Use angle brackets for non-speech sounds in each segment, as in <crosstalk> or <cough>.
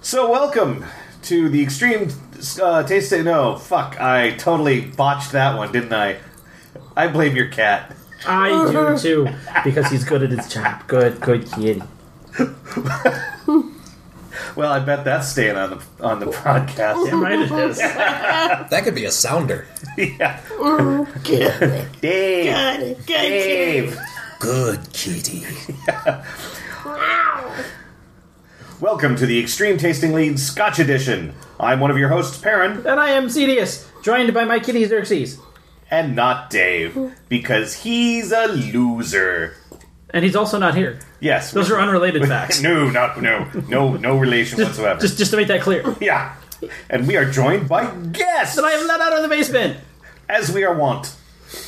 So, welcome to the Extreme uh, Taste Test. No, fuck, I totally botched that one, didn't I? I blame your cat. I do too, because he's good at his job. Good, good kitty. Well, I bet that's staying on the on the broadcast. Damn right it <laughs> is. That could be a sounder. yeah. Good, Dave. good, good. Dave. Good kitty. Welcome to the Extreme Tasting Lead Scotch Edition. I'm one of your hosts, Perrin, And I am Cedius, joined by my kitty Xerxes. and not Dave, because he's a loser. And he's also not here. Yes. <laughs> Those are <laughs> unrelated facts. No, not no, no, no relation whatsoever. Just just to make that <laughs> clear. That yeah. And we are joined by guests, I am let out of the basement. as we are wont.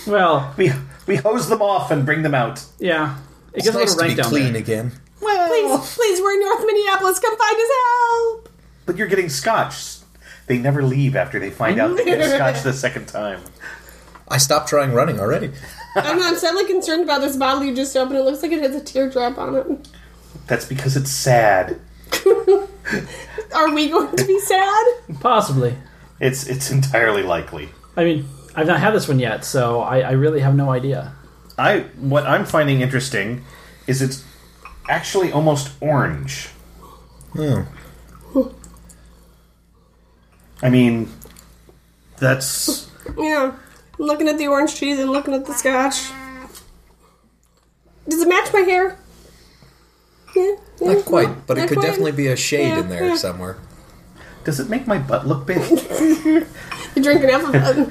Well, We we hose them off and bring them out. yeah. It It's gets nice a little to be rank down clean there. again. Please, please, we're in North Minneapolis. Come find us help. But you're getting scotch. They never leave after they find out they get scotch the second time. I stopped trying running already. I'm, <laughs> I'm sadly concerned about this bottle you just opened. It looks like it has a teardrop on it. That's because it's sad. Are we going to be <laughs> sad? Possibly. It's it's entirely likely. I mean, I've not had this one yet, so I, I really have no idea. I what I'm finding interesting is it's actually almost orange. I mean, that's Yeah. I'm looking at the orange cheese and looking at the scotch. Does it match my hair? Yeah. yeah, Not no, quite, but not it could quite. definitely be a shade Yeah, in there yeah. somewhere. does it make my butt look big? You're drinking half of it.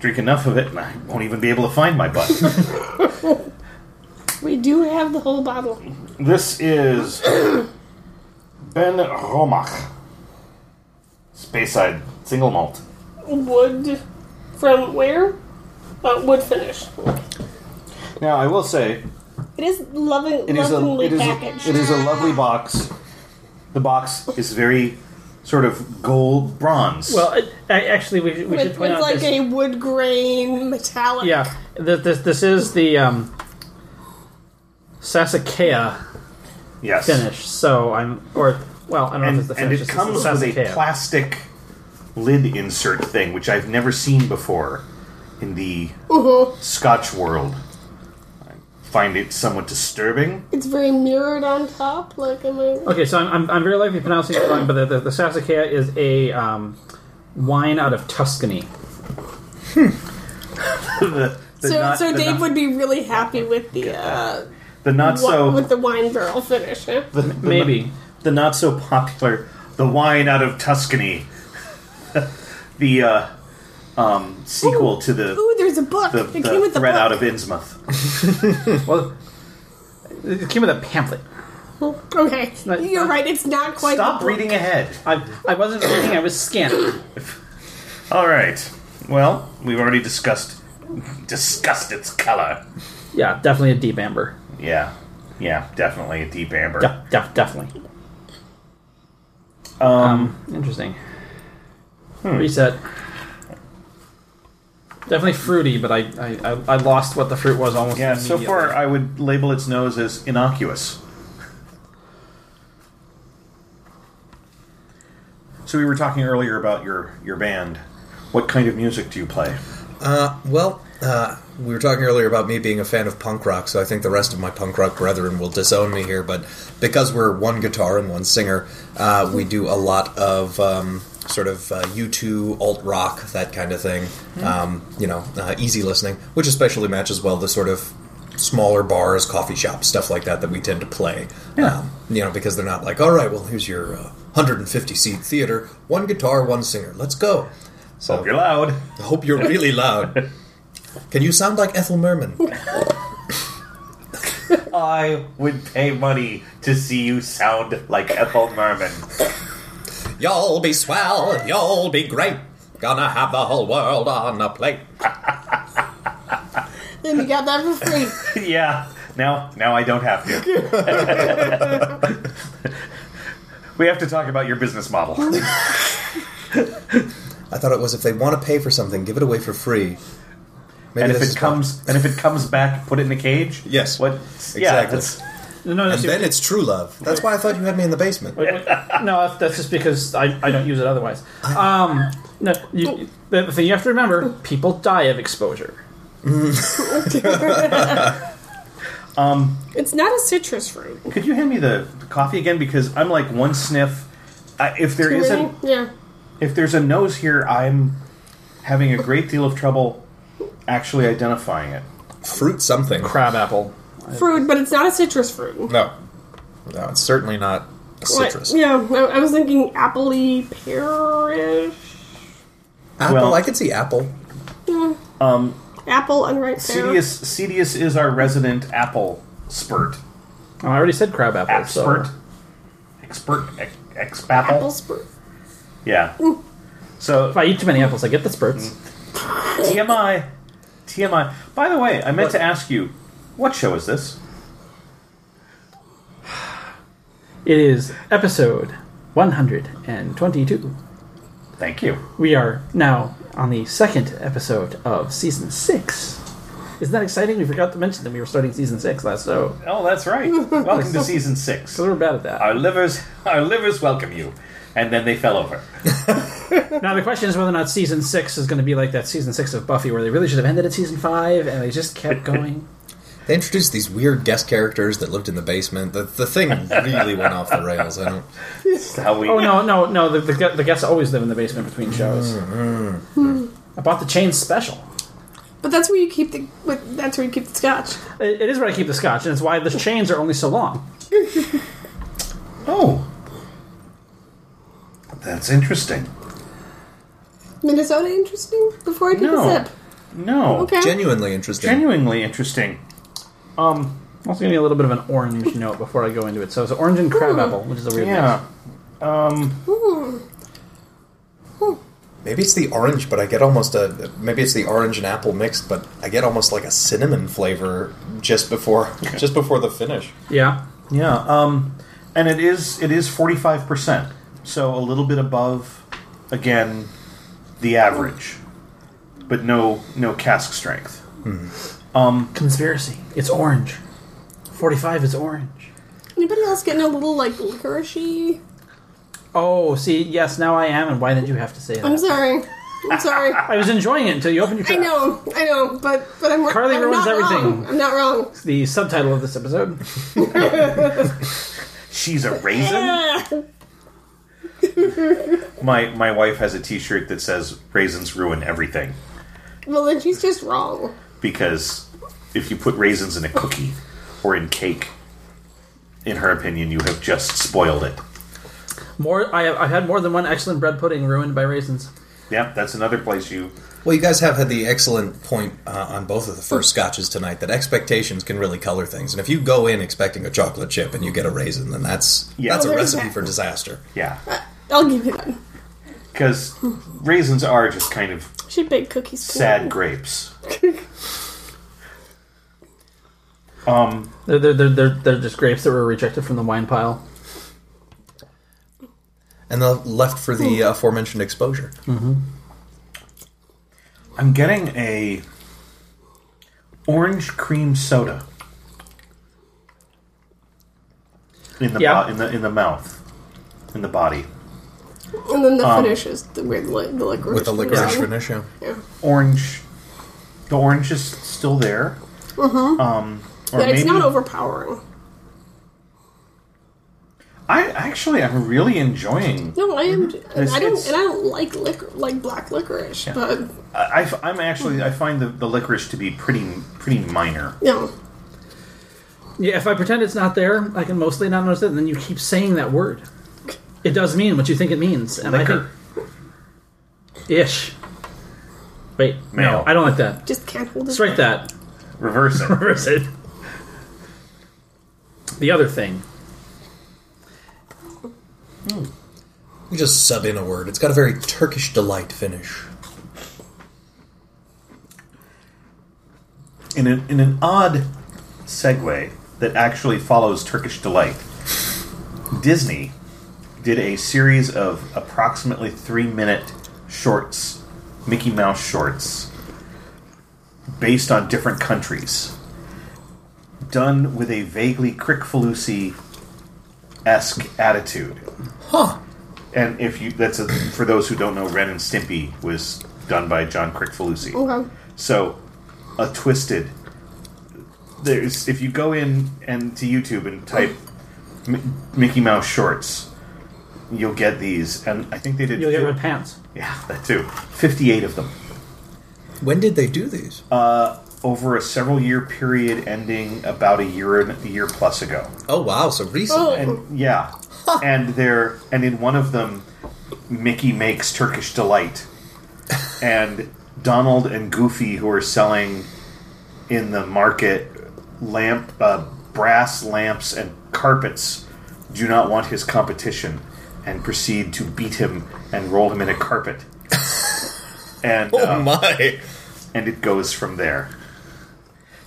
Drink enough of it, and I won't even be able to find my butt. We do have the whole bottle. This is Ben Romach. Speyside single malt. Wood from where? Uh, wood finish. Now I will say It is loving, it is a lovingly it is packaged. a, it is a lovely box. The box is very sort of gold bronze. Well, it, I, actually, we, should- we should with, point with out like this. a wood grain metallic. yeah, th- this this is the um, Sasakea yes, finish. So I'm, or well, I don't know if and, it's the and finish. it it's comes the with a Sasakea. plastic lid insert thing, which I've never seen before in the Scotch world. I find it somewhat disturbing. <laughs> It's very mirrored on top. Like, am Oh, I? Okay, so I'm, I'm, I'm very likely pronouncing it wrong, but the, the, the Sassicaia is a um, wine out of Tuscany. The- the So, not- so the Dave not- would be really happy with the uh, the not wi- so with the wine barrel finish. Huh? the, the Maybe. not, the not so popular the wine out of Tuscany, <laughs> the uh, um, sequel to the Ooh, there's a book. the, it came the with the thread book. out of Innsmouth. Well, it came with a pamphlet. Oh, Okay, not- you're right. It's not quite. Stop the book. reading ahead. I, I wasn't reading, I was scanning. All right. Well, we've already discussed discussed its color. Yeah, definitely a deep amber. Yeah, yeah, definitely a deep amber. De- def- definitely. Um, interesting. Hmm. Reset. Definitely fruity, but I, I, I- I lost what the fruit was almost Yeah. So immediately. far, I would label its nose as innocuous. So we were talking earlier about your your band. What kind of music do you play? Well, uh, we were talking earlier about me being a fan of punk rock, so I think the rest of my punk rock brethren will disown me here. But because we're one guitar and one singer, uh, we do a lot of um, sort of uh, U2 alt rock, that kind of thing. Um, you know, uh, easy listening, which especially matches well the sort of smaller bars, coffee shops, stuff like that that we tend to play. Um, you know, because they're not like, all right, well, here's your uh, 150 seat theater, one guitar, one singer, let's go. So Hope you're loud. I hope you're really loud. Can you sound like Ethel Merman? I would pay money to see you sound like Ethel Merman. <laughs> You'll be swell, you'll be great. Gonna have the whole world on a plate. And you got that for <laughs> free. yeah. Now, now I don't have to. <laughs> we have to talk about your business model. I thought it was if they want to pay for something, give it away for free. Maybe and if this it is comes, and if it comes back, put it in a cage. Yes. What? Exactly. Yeah, that's- No, no, And see- then it's true love. That's why I thought you had me in the basement. no, that's- that's just because I, I don't use it otherwise. Um, no, you, the the thing you have to remember: people die of exposure. It's not a citrus fruit. Could you hand me the coffee again? Because I'm like one sniff. I, if there Too is many? a Yeah. if there's a nose here, I'm having a great deal of trouble actually identifying it. Fruit something. Crab apple. Fruit, but it's not a citrus fruit. No. No, it's certainly not a Like, citrus. yeah, I, I was thinking apple-y, pearish. Apple, Well- I could see apple. Apple and right there. Cedius Cedius is our resident apple spurt. Oh, I already said crab apple. Expert. So. Expert. Ex- Apple Ex-apple. spur. Yeah. So If I eat too many apples, I get the spurts. TMI. TMI. By the way, I meant to ask you, what show is this? It is episode 122. Thank you. We are now on the second episode of season six. Isn't that exciting? We forgot to mention that we were starting season six last so. Oh, that's <laughs> right. Welcome to season six. So we're bad at that. Our livers, our livers welcome you. And then they fell over. Now the question is whether or not season six is going to be like that season six of Buffy, where they really should have ended at season five, and they just kept going. They introduced these weird guest characters that lived in the basement. The, the thing <laughs> really went off the rails. I don't. That's how we. Oh no, no, no! The, the, gu- the guests always live in the basement between shows. Mm-hmm. I bought the chain special. But that's where you keep the. Like, that's where you keep the scotch. It, it is where I keep the scotch, and it's why the chains are only so long. Oh. That's interesting. Minnesota interesting. Before I take No. a sip. No. Okay. Genuinely interesting. Genuinely interesting. Um, I'm also gonna need a little bit of an <laughs> orange note before I go into it. So it's orange and crab Mm. apple, which is a weird Yeah. Ooh. Maybe it's the orange, but I get almost a. Maybe it's the orange and apple mixed, but I get almost like a cinnamon flavor just before just before the finish. mix. Yeah. Yeah. Um, and it is it is forty five percent, so a little bit above, again, the average, but no no cask strength. Conspiracy. It's orange. Forty-five is orange. Anybody else getting a little like licoricey? Oh, see, yes, now I am, and why did you have to say that? I'm sorry. I'm sorry. I was enjoying it until you opened your. I trap. know. I know. But but I'm. Carly I'm ruins not everything. Wrong. I'm not wrong. The subtitle of this episode. She's a raisin. My my wife has a T shirt that says "Raisins ruin everything" Well, then she's just wrong. because if you put raisins in a cookie or in cake, in her opinion, you have just spoiled it. More. I have, I've had more than one excellent bread pudding ruined by raisins. Yep, that's another place you. Well, you guys have had the excellent point uh, on both of the first scotches tonight that expectations can really color things. And if you go in expecting a chocolate chip and you get a raisin, then that's Yeah. that's a Oh, there's recipe that. for disaster. Yeah, I'll give you that. because raisins are just kind of She baked cookies. tonight. sad grapes. They're, they're, they're, they're, they're just grapes that were rejected from the wine pile. And the left for the uh, aforementioned exposure. I'm getting a orange cream soda in the Yeah. bo- in the in the mouth in the body. And then the Um, finish is the weird li- the licorice. With the licorice Yeah. finish, yeah. Orange, the orange is still there. Mm-hmm. Um, or But it's maybe not overpowering. I actually I'm really enjoying. No, I am. And I don't, It's- and I don't like liquor, like black licorice. But I, am actually I find the, the licorice to be pretty pretty minor. no, Yeah, if I pretend it's not there, I can mostly not notice it, and then you keep saying that word. It does mean what you think it means, and Liquor. I think ish. Wait, Mail. no, I don't like that. just can't hold it. Strike that. Reverse it. Reverse it. The other thing. You just sub in a word. It's got a very Turkish delight finish. in an, in an odd segue that actually follows Turkish Delight, Disney did a series of approximately three minute shorts, Mickey Mouse shorts, based on different countries. done with a vaguely Crick Falusi esque attitude. Huh. And if you, that's a, for those who don't know, Ren and Stimpy was done by John Crick Falusi. Okay. So, a twisted. There's if you go in and to YouTube and type Mi- Mickey Mouse shorts, you'll get these, and I think they did. You'll get fif- red pants. Yeah, that too. Fifty-eight of them When did they do these? over a several-year period, ending about a year and a year plus ago. oh wow, so recently. And yeah, and they're and in one of them, Mickey makes Turkish delight, and Donald and Goofy who are selling in the market lamp uh, brass lamps and carpets do not want his competition and proceed to beat him and roll him in a carpet. And Oh um, my! and it goes from there.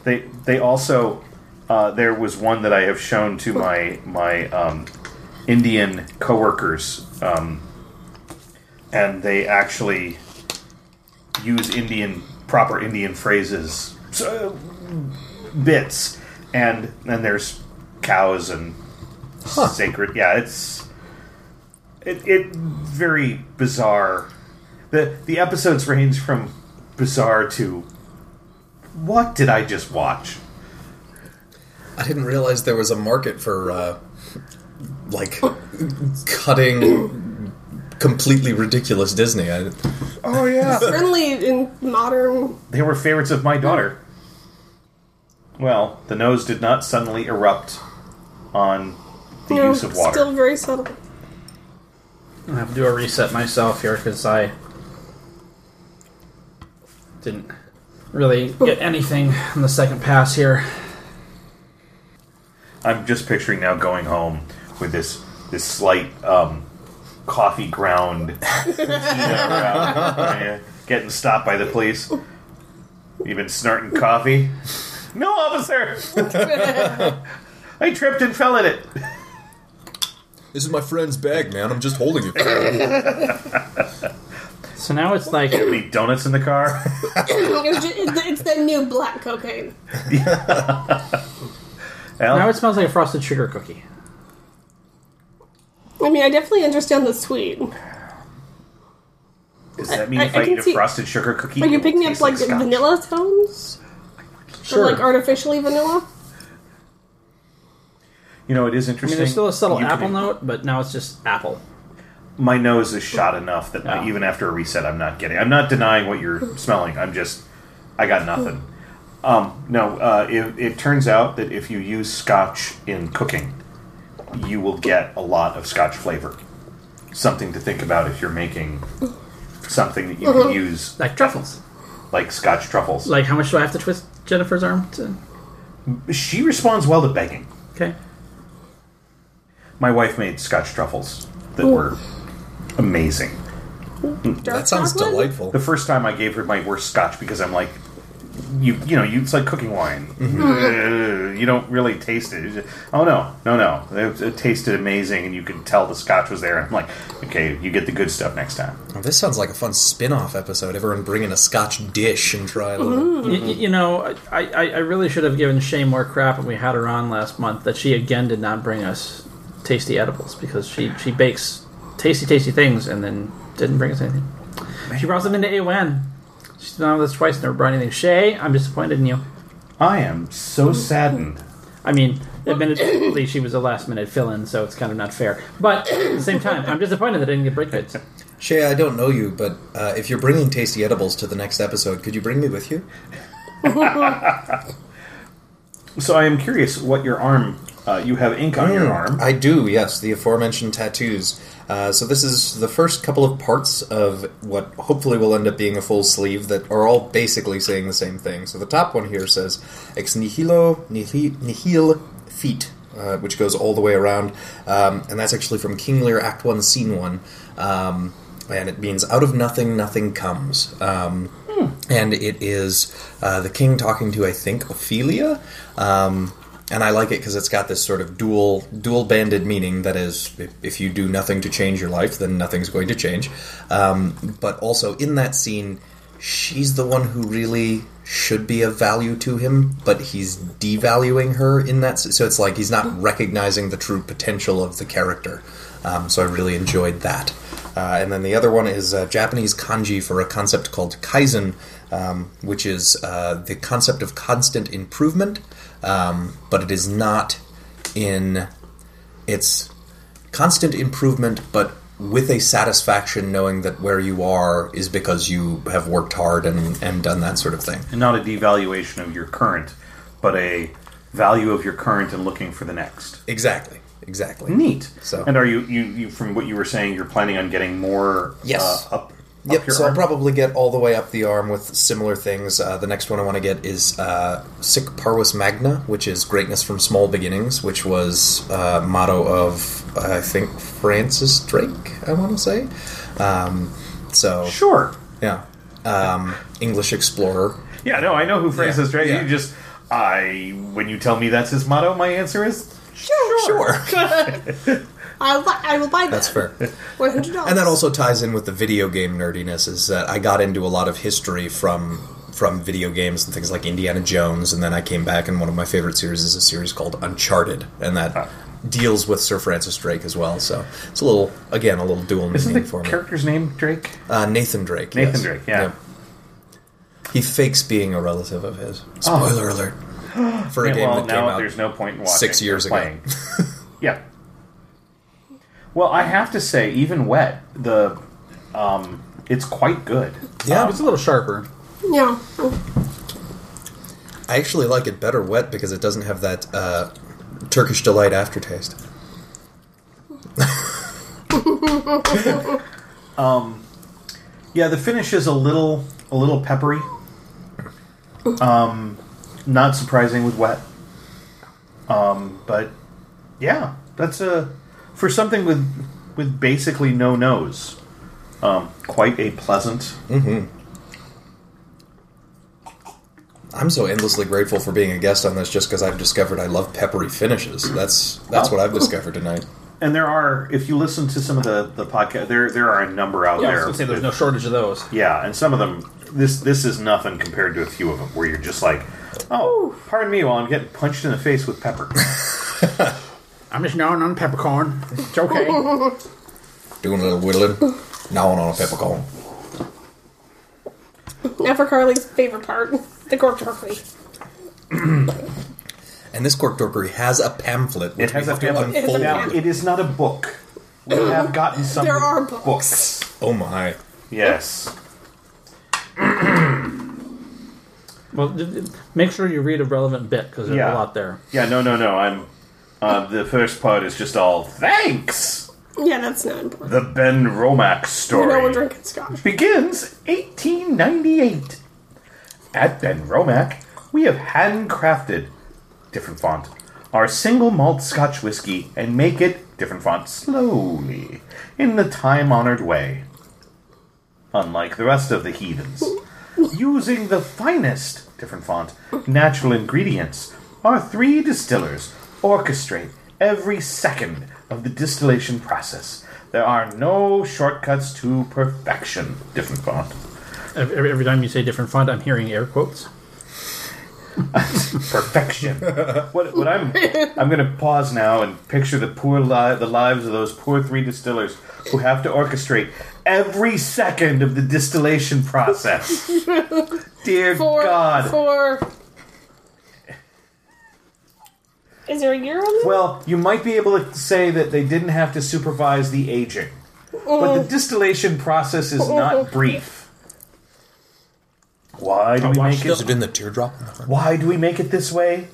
They they also uh, there was one that I have shown to my my um, Indian coworkers, um, and they actually use Indian proper Indian phrases so, bits, and and there's cows and sacred. Yeah, it's it, it very bizarre. the The episodes range from bizarre to what did I just watch? I didn't realize there was a market for uh, like cutting completely ridiculous Disney. I, Oh yeah, Certainly in modern. they were favorites of my daughter. Well, the nose did not suddenly erupt on the No, use of water. Still very subtle. I have to do a reset myself here because I didn't really get anything on the second pass here. I'm just picturing now going home with this this slight um, coffee ground, <laughs> you know, around, yeah, getting stopped by the police. You've been snorting coffee. No, officer, <laughs> I tripped and fell in it. this is my friend's bag, man. I'm just holding it. So now it's like Any donuts in the car? <laughs> It was ju- it's it's the new black cocaine. now Well, it smells like a frosted sugar cookie. I mean, I definitely understand the sweet. does that mean I- if I I, can eat a see- frosted sugar cookie? Are you it will picking up taste like scotch? vanilla tones? Or like artificially vanilla? You know, it is I interesting. mean, there's still a subtle You can- apple note, but now it's just apple. My nose is shot enough that Yeah. my, even after a reset, I'm not getting. I'm not denying what you're smelling. I'm just, I got nothing. Um, no, uh, it, it turns out that if you use scotch in cooking, you will get a lot of scotch flavor. Something to think about if you're making something that you Mm-hmm. can use, Like truffles. like scotch truffles. Like how much do I have to twist Jennifer's arm to? she responds well to begging. Okay. My wife made scotch truffles that were amazing. Dark that sounds chocolate? delightful. the first time I gave her my worst scotch because I'm like, you you know, you, it's like cooking wine. Uh, <laughs> you don't really taste it. It's just- oh no, no, no! It, it tasted amazing, and you could tell the scotch was there. And I'm like, okay, you get the good stuff next time. Oh, this sounds like a fun spin-off episode. Everyone bring in a Scotch dish and try a little. Y- y- you know, I, I, I really should have given Shay more crap when we had her on last month that she again did not bring us tasty edibles because she, she bakes tasty, tasty things and then didn't bring us anything. She brought something to AON. She's done this twice and never brought anything. Shay, I'm disappointed in you. I am so saddened. I mean, admittedly, she was a last minute fill in, so it's kind of not fair. But at the same time, I'm disappointed that I didn't get break goods. Shay, I don't know you, but uh, if you're bringing tasty edibles to the next episode, could you bring me with you? So I am curious what your arm. Uh, you have ink on your arm. Mm. I do, yes. The aforementioned tattoos. Uh, so this is the first couple of parts of what hopefully will end up being a full sleeve that are all basically saying the same thing. So the top one here says "ex nihilo nihi- nihil feet," uh, which goes all the way around, um, and that's actually from King Lear, Act One, Scene One. Um, and it means out of nothing, nothing comes. Um, And it is uh, the king talking to, I think, Ophelia. Um, and I like it because it's got this sort of dual dual banded meaning. That is, if, if you do nothing to change your life, then nothing's going to change. Um, but also in that scene, she's the one who really should be of value to him, but he's devaluing her in that. s- So it's like he's not recognizing the true potential of the character. Um, so I really enjoyed that. Uh, and then the other one is uh, Japanese kanji for a concept called kaizen, um, which is uh, the concept of constant improvement, um, but it is not in it's constant improvement, but with a satisfaction knowing that where you are is because you have worked hard and, and done that sort of thing. And not a devaluation of your current, but a value of your current and looking for the next. Exactly. Exactly. Neat. So- and are you, you, you from what you were saying, you're planning on getting more Yes. uh, up, up Yep, your so arm? I'll probably get all the way up the arm with similar things. Uh, the next one I want to get is uh, Sic Parvis Magna, which is greatness from small beginnings, which was uh, motto of, I think, Francis Drake, I want to say. Um, so, Sure. yeah. Um, English explorer. Yeah, no, I know who Francis Yeah, Drake. yeah. You just I when you tell me that's his motto, my answer is Sure. Sure. <laughs> I'll buy, I will buy that. That's fair. One hundred dollars. And that also ties in with the video game nerdiness is that I got into a lot of history from from video games and things like Indiana Jones, and then I came back and one of my favorite series is a series called Uncharted, and Ah. that deals with Sir Francis Drake as well. So it's a little again a little dual isn't meaning the for me. character's name Drake? Uh, Nathan Drake. Nathan yes. Drake, yeah. He fakes being a relative of his. <gasps> Spoiler alert for a Oh. Yeah, game well, that came now out. there's no point in watching six years or ago. <laughs> playing. yeah. Well, I have to say, even wet, the um, it's quite good. yeah, It's a little sharper. yeah. I actually like it better wet because it doesn't have that uh, Turkish delight aftertaste. Yeah, the finish is a little a little peppery. Um, not surprising with wet. Um, but yeah, that's a for something with with basically no nose. Um, quite a pleasant. I'm so endlessly grateful for being a guest on this just because I've discovered I love peppery finishes. That's that's what I've discovered tonight. And there are, if you listen to some of the the podcast, there there are a number out Yeah, I was there. gonna say there's no shortage of those. Yeah, and some of them, this this is nothing compared to a few of them where you're just like, oh, pardon me while I'm getting punched in the face with pepper. I'm just gnawing on peppercorn. It's okay. <laughs> Doing a little whittling, gnawing on a peppercorn. Now for Carly's favorite part, the cork turkey. And this cork dorkery has a pamphlet. Which It has we a have to pamphlet. It has a unfold. Now, pamphlet. it is not a book. <laughs> We have gotten some There are books. books. Oh my! Yes. well, d- d- make sure you read a relevant bit because there's Yeah. a lot there. Yeah, no, no, no. I'm. Uh, the first part is just all thanks! Yeah, that's not important. The Ben Romack You know story we're drinking scotch. begins 1898. At Ben Romack, we have handcrafted, different font, our single malt scotch whiskey and make it, different font, slowly, in the time honored way. Unlike the rest of the heathens, using the finest, different font, natural ingredients, our three distillers orchestrate every second of the distillation process. There are no shortcuts to perfection, different font. Every, every- every time you say different font, I'm hearing air quotes. perfection. what, what I'm I'm going to pause now and picture the poor li- the lives of those poor three distillers who have to orchestrate every second of the distillation process. Dear For God. for. Is there a year on this? well, you might be able to say that they didn't have to supervise the aging, but the distillation process is not brief. Why do we watch make it? this Is it in the teardrop? Why do we make it this way?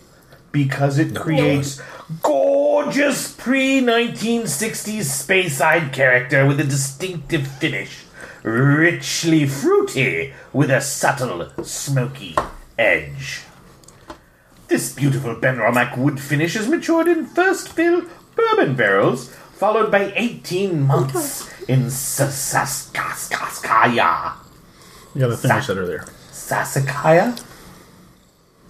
Because it creates gorgeous pre 1960s Speyside character with a distinctive finish, richly fruity with a subtle smoky edge. This beautiful Ben Romack wood finish is matured in first fill bourbon barrels, followed by 18 months in Sasaskaya. You gotta finish Sa- that earlier. Sasakaya?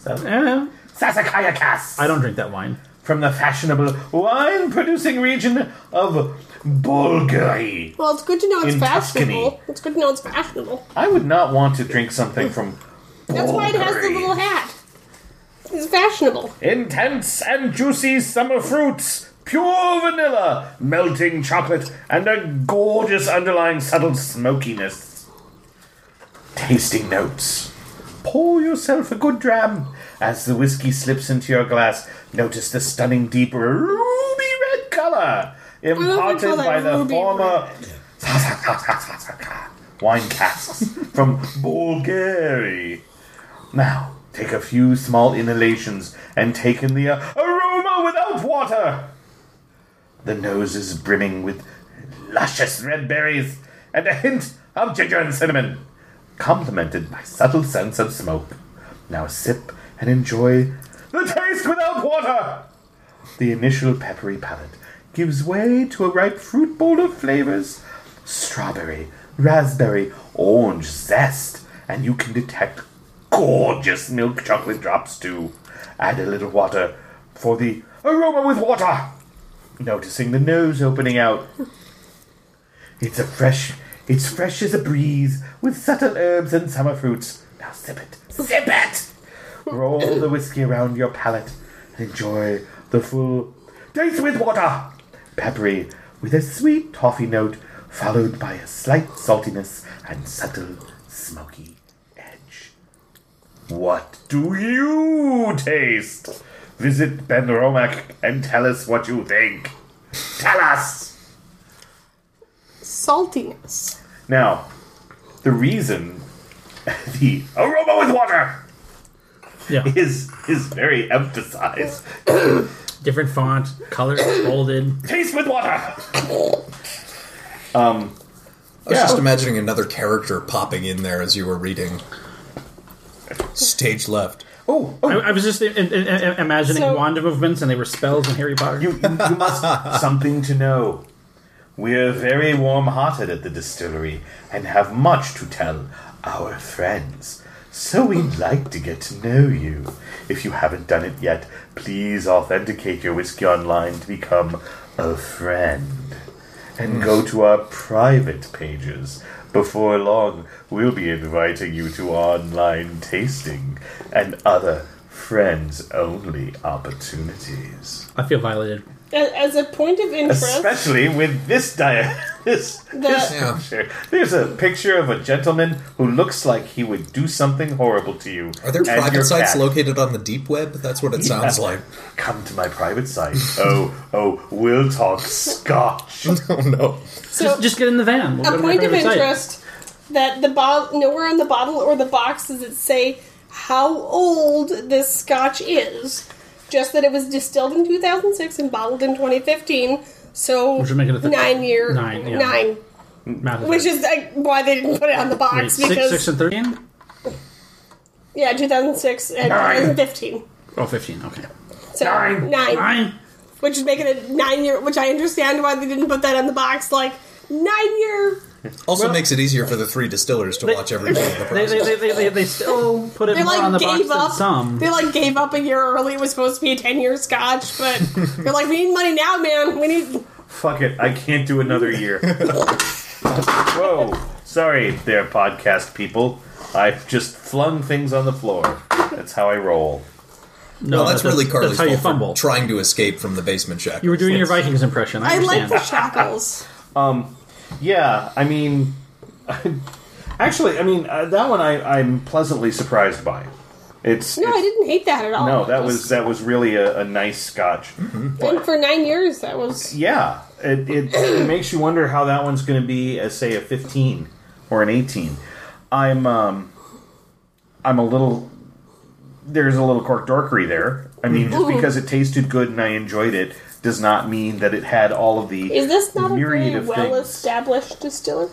Eh, Sasakaya Cass! I don't drink that wine. from the fashionable wine producing region of Bulgari. Well, it's good to know it's In fashionable. Tuscany. It's good to know it's fashionable. I would not want to drink something from That's why it has the little hat. It's fashionable. Intense and juicy summer fruits, pure vanilla, melting chocolate, and a gorgeous underlying subtle smokiness. Tasting notes. Pour yourself a good dram. As the whiskey slips into your glass, notice the stunning deep ruby red color call imparted that by the ruby former <laughs> wine casks from Bulgaria. Now, take a few small inhalations and take in the uh, aroma without water. The nose is brimming with luscious red berries and a hint of ginger and cinnamon, complemented by subtle scents of smoke. Now sip and enjoy the taste without water. The initial peppery palate gives way to a ripe fruit bowl of flavors strawberry, raspberry, orange zest, and you can detect gorgeous milk chocolate drops too. Add a little water for the aroma with water. Noticing the nose opening out. It's a fresh, it's fresh as a breeze with subtle herbs and summer fruits. Now sip it, sip it. Roll the whiskey around your palate and enjoy the full taste with water. Peppery, with a sweet toffee note, followed by a slight saltiness and subtle smoky edge. What do you taste? Visit Ben Romack and tell us what you think. Tell us! Saltiness. Now, the reason <laughs> the aroma with water Yeah. <laughs> is is very emphasized. Different font, colors, bolded. Taste with water. I was just imagining another character popping in there as you were reading. Stage left. Oh, I, oh I was just i- i- i- imagining So- wand movements, and they were spells in Harry Potter. you, you, you must Something to know. We're very warm hearted at the distillery and have much to tell our friends. So we'd like to get to know you. If you haven't done it yet, please authenticate your whiskey online to become a friend. And go to our private pages. Before long, we'll be inviting you to online tasting and other friends only opportunities. I feel violated. A- As a point of interest, Especially with this diet. <laughs> This, this The- picture. There's a picture of a gentleman who looks like he would do something horrible to you. Are there and your private sites cat. located on the deep web? That's what it sounds like. <laughs> Come to my private site. Oh, oh, we'll talk scotch. Oh no. so Just get in the van. We'll go a to my point of favorite site. interest that the bottle, nowhere on the bottle or the box does it say how old this scotch is. Just that it was distilled in 2006 and bottled in 2015. So Which would make it a th- nine year nine, yeah. nine, Math which is like, why they didn't put it on the box Wait, because six, six, and thirteen. yeah, 2006 and 2015. Oh, 15, Okay. So nine. Nine. which is making it nine year. Which I understand why they didn't put that on the box. Like nine year. Also makes it easier for the three distillers to <laughs> watch every day of the They, they, process. they, they, they, they still put it They more like on the box gave than up. some. They like gave up a year early. It was supposed to be a ten year Scotch, but they're like, we need money now, man. We need. Fuck it, I can't do another year. <laughs> Whoa. Sorry there, podcast people. I've just flung things on the floor. That's how I roll. No, Well, that's really Carly's That's how you fault for fumble. trying to escape from the basement shack. you were doing your Vikings impression. I I like understand. the shackles. Yeah, I mean, <laughs> actually, I mean uh, that one I, I'm pleasantly surprised by. It's No, it's- I didn't hate that at all. No, that was that was really a, a nice scotch. And for nine years, that was. Yeah, it, it, <clears throat> it makes you wonder how that one's going to be as say a 15 or an 18. I'm um, I'm a little there's a little cork dorkery there. I mean, just because it tasted good and I enjoyed it does not mean that it had all of the Is this not a myriad very of well things. established distillery?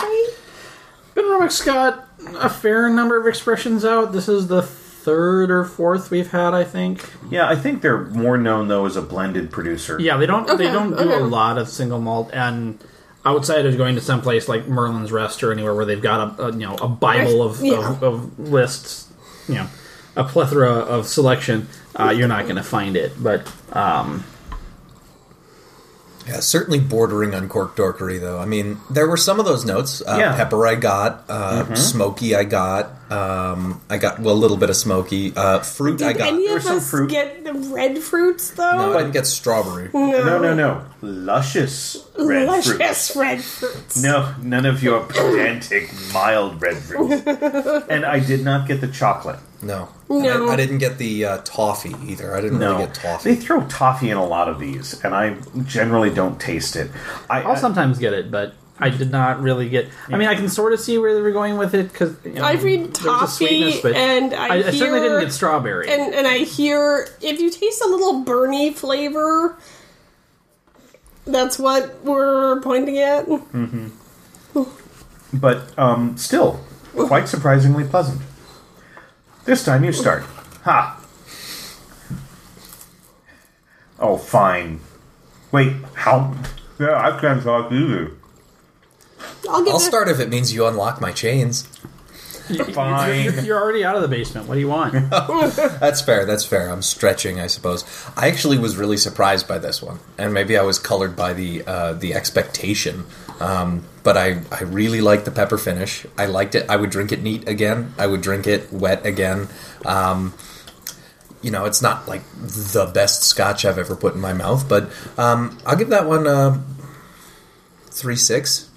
Ben Romick's got a fair number of expressions out. This is the third or fourth we've had, I think. Yeah, I think they're more known though as a blended producer. Yeah, they don't Okay, they don't do okay. a lot of single malt and outside of going to some place like Merlin's Rest or anywhere where they've got a, a you know a bible of, Yeah. of, of lists, you know, a plethora of selection, uh, you're not going to find it. But Yeah, certainly bordering on cork dorkery, though. I mean, there were some of those notes. Uh, Yeah. Mm-hmm. Pepper I got, uh, smoky I got, Um, I got well, a little bit of smoky uh, fruit. I Did got any there of was some us fruit. get the red fruits though? no, I didn't get strawberry. Mm. No, no, no. Luscious red Luscious fruit. red fruits. No, none of your pedantic mild red fruit. and I did not get the chocolate. No, No. I, I didn't get the uh, toffee either. I didn't really No, get <laughs> toffee. they throw toffee in a lot of these, and I generally don't taste it. I, I'll sometimes get it, but I did not really get. I mean, I can sort of see where they were going with it because you know, I read there was a sweetness, toffee but and I, I, hear I certainly didn't get strawberry. and, and I hear if you taste a little burny flavor, that's what we're pointing at. I- but um, still, quite surprisingly pleasant. This time you start. Ha! Oh, fine. Wait, how? Yeah, I can't talk either. I'll give I'll it a- start if it means you unlock my chains. You're- you're, Fine. you're already out of the basement. What do you want? <laughs> That's fair. That's fair. I'm stretching, I suppose. I actually was really surprised by this one, and maybe I was colored by the uh, the expectation. Um, but I, I really liked the pepper finish. I liked it. I would drink it neat again. I would drink it wet again. Um, you know, it's not like the best scotch I've ever put in my mouth, but um, I'll give that one uh, three six.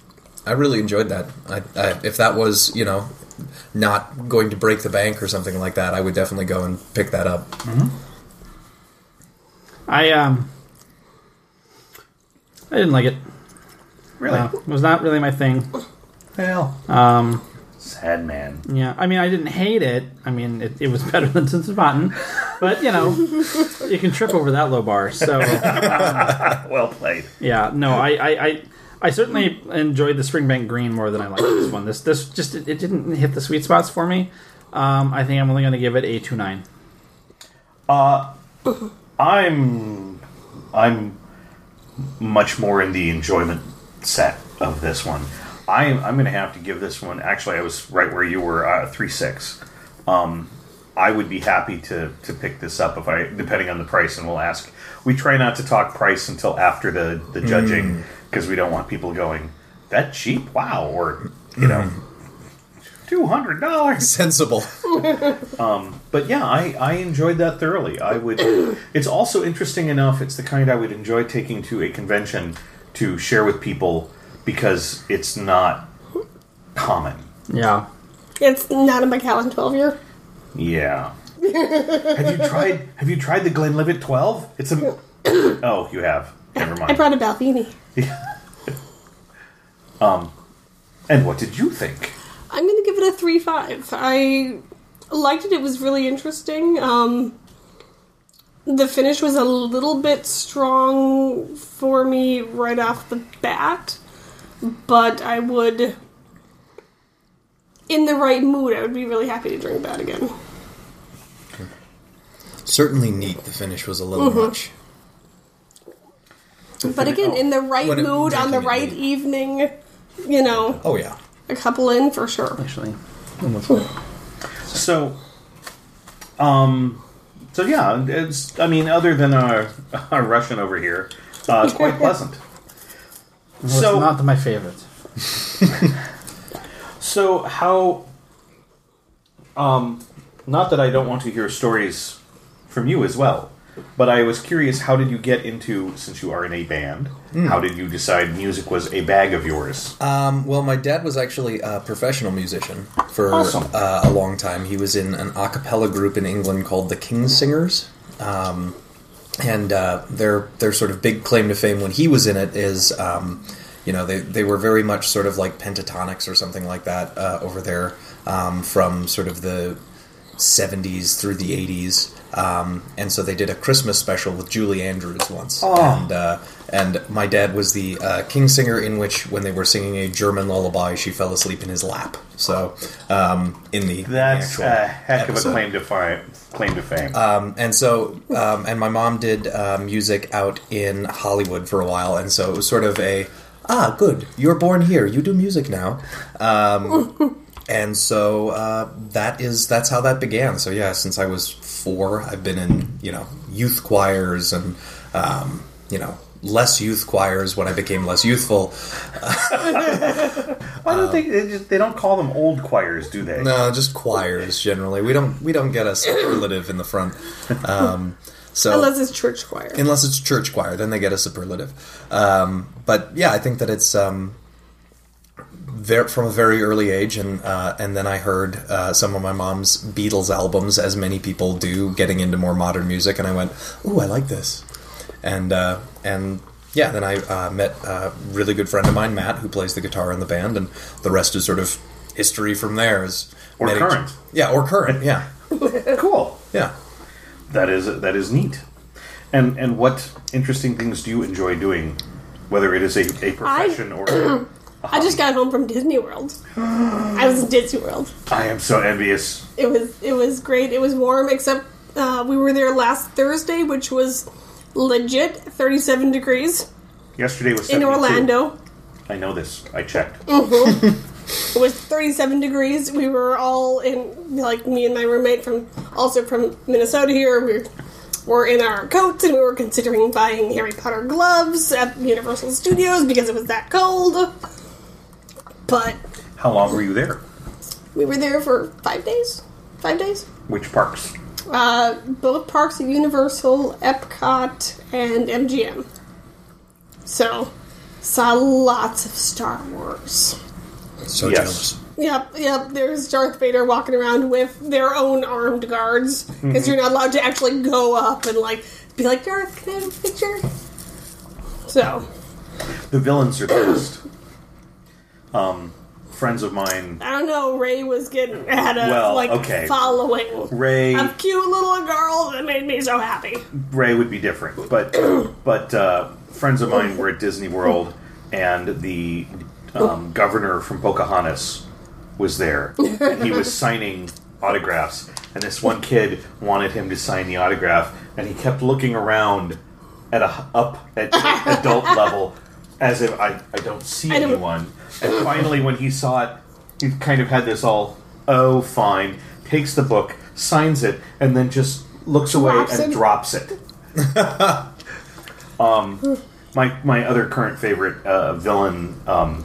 I really enjoyed that. I, I, if that was, you know, not going to break the bank or something like that, I would definitely go and pick that up. <laughs> I um, I didn't like it. Really? No, it was not really my thing. Well, Um, sad man. yeah, I mean, I didn't hate it. I mean, it, it was <laughs> better than Cincinnati, but you know, you can trip over that low bar. So Well played. yeah, no, I I, I, I certainly enjoyed the Springbank Green more than I liked this one. This this just it, it didn't hit the sweet spots for me. Um, I think I'm only going to give it a two nine. I'm I'm much more in the enjoyment set of this one. I'm I'm gonna have to give this one. Actually, I was right where you were, uh, three six. Um, I would be happy to to pick this up if I, depending on the price, and we'll ask. We try not to talk price until after the the judging because we don't want people going that cheap. Wow, or you know, two hundred dollars. Sensible. But yeah, I, I enjoyed that thoroughly. I would. it's also interesting enough. It's the kind I would enjoy taking to a convention to share with people because it's not common. Yeah, It's not a Macallan 12 year. Yeah. have you tried? Have you tried the Glenlivet Twelve? It's a. Oh, you have. Never I mind. brought a Balvini. and what did you think? I'm going to give it a 3 5. I liked it. It was really interesting. Um, the finish was a little bit strong for me right off the bat, but I would, in the right mood, I would be really happy to drink that again. Certainly neat. The finish was a little much. But again, in the right When it- mood, on the drinking it right neat. evening, you know, Oh yeah. a couple in for sure. actually, almost like- So, um, so yeah, it's. I mean, other than our, our Russian over here, uh, it's quite pleasant. well, So- it's not my favorite. So how? Um, not that I don't want to hear stories from you as well, but I was curious. How did you get into? Since you are in a band, how did you decide music was a bag of yours? Um, well, my dad was actually a professional musician for Awesome. uh, a long time. He was in an a cappella group in England called the King Singers. and uh, their their sort of big claim to fame when he was in it is, um, you know, they they were very much sort of like pentatonics or something like that uh, over there um, from sort of the '70s through the '80s, um, and so they did a Christmas special with Julie Andrews once, and uh, and my dad was the uh, king singer in which when they were singing a German lullaby, she fell asleep in his lap. So um, in the That's uh, the actual a heck of episode a claim to fame. Claim to fame. and so um, and my mom did uh, music out in Hollywood for a while, and so it was sort of a ah good you're born here you do music now, um, and so uh, that is that's how that began. So yeah, since I was four, I've been in you know youth choirs and um, you know less youth choirs when I became less youthful. Why don't they? They, just, they don't call them old choirs, do they? No, just choirs generally. We don't we don't get a superlative in the front. Um, so Unless it's church choir. unless it's church choir, then they get a superlative. Um, but yeah, I think that it's um, ver- from a very early age, and uh, and then I heard uh, some of my mom's Beatles albums, as many people do, getting into more modern music, and I went, "Ooh, I like this," and uh, and. Yeah, then I uh, met a really good friend of mine, Matt, who plays the guitar in the band, and the rest is sort of history from there. Is Or meeting- current. yeah, or current, yeah, Cool. yeah. That is that is neat. And and what interesting things do you enjoy doing? Whether it is a, a profession or I just got home from Disney World. I was in Disney World. I am so envious. It was it was great. It was warm, except uh, we were there last Thursday, which was legit 37 degrees Yesterday was in 72. Orlando. I know this. I checked. It was 37 degrees. We were all in like me and my roommate from also from Minnesota here. We were in our coats and we were considering buying Harry Potter gloves at Universal Studios because it was that cold. But How long were you there? we were there for 5 days. 5 days. Which parks? Uh, both parks at Universal, Epcot, and MGM. So, saw lots of Star Wars. So Yes. jealous. Yep, yep, there's Darth Vader walking around with their own armed guards. Because Mm-hmm. you're not allowed to actually go up and, like, be like, Darth, can I have a picture? So, The villains are the best. Um, friends of mine, I don't know, Ray was getting had a, Well, like, okay. following. Ray. A cute little girl that made me so happy. Ray would be different, <clears throat> but but uh, friends of mine were at Disney World, and the um, governor from Pocahontas was there, and he <laughs> was signing autographs. And this one kid wanted him to sign the autograph, and he kept looking around at a up <laughs> at adult level, as if I, I don't see I don't- anyone. And finally, when he saw it, he kind of had this all oh fine, takes the book, signs it, and then just looks away Drops and it. drops it. um, my my other current favorite uh, villain um,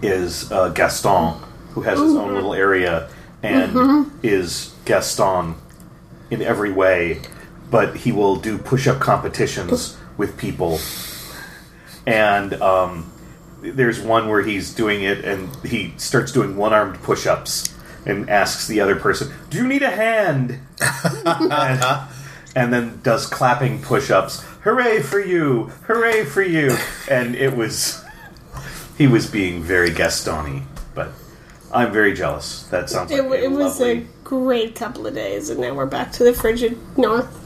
is uh, Gaston, who has his own little area and is Gaston in every way, but he will do push-up competitions with people. And um, there's one where he's doing it, and he starts doing one-armed push-ups and asks the other person, "Do you need a hand?" and, and then does clapping push-ups. Hooray for you! Hooray for you! And it was he was being very Gastony, but I'm very jealous. That sounds like It, a it was lovely. a great couple of days, and now we're back to the frigid north.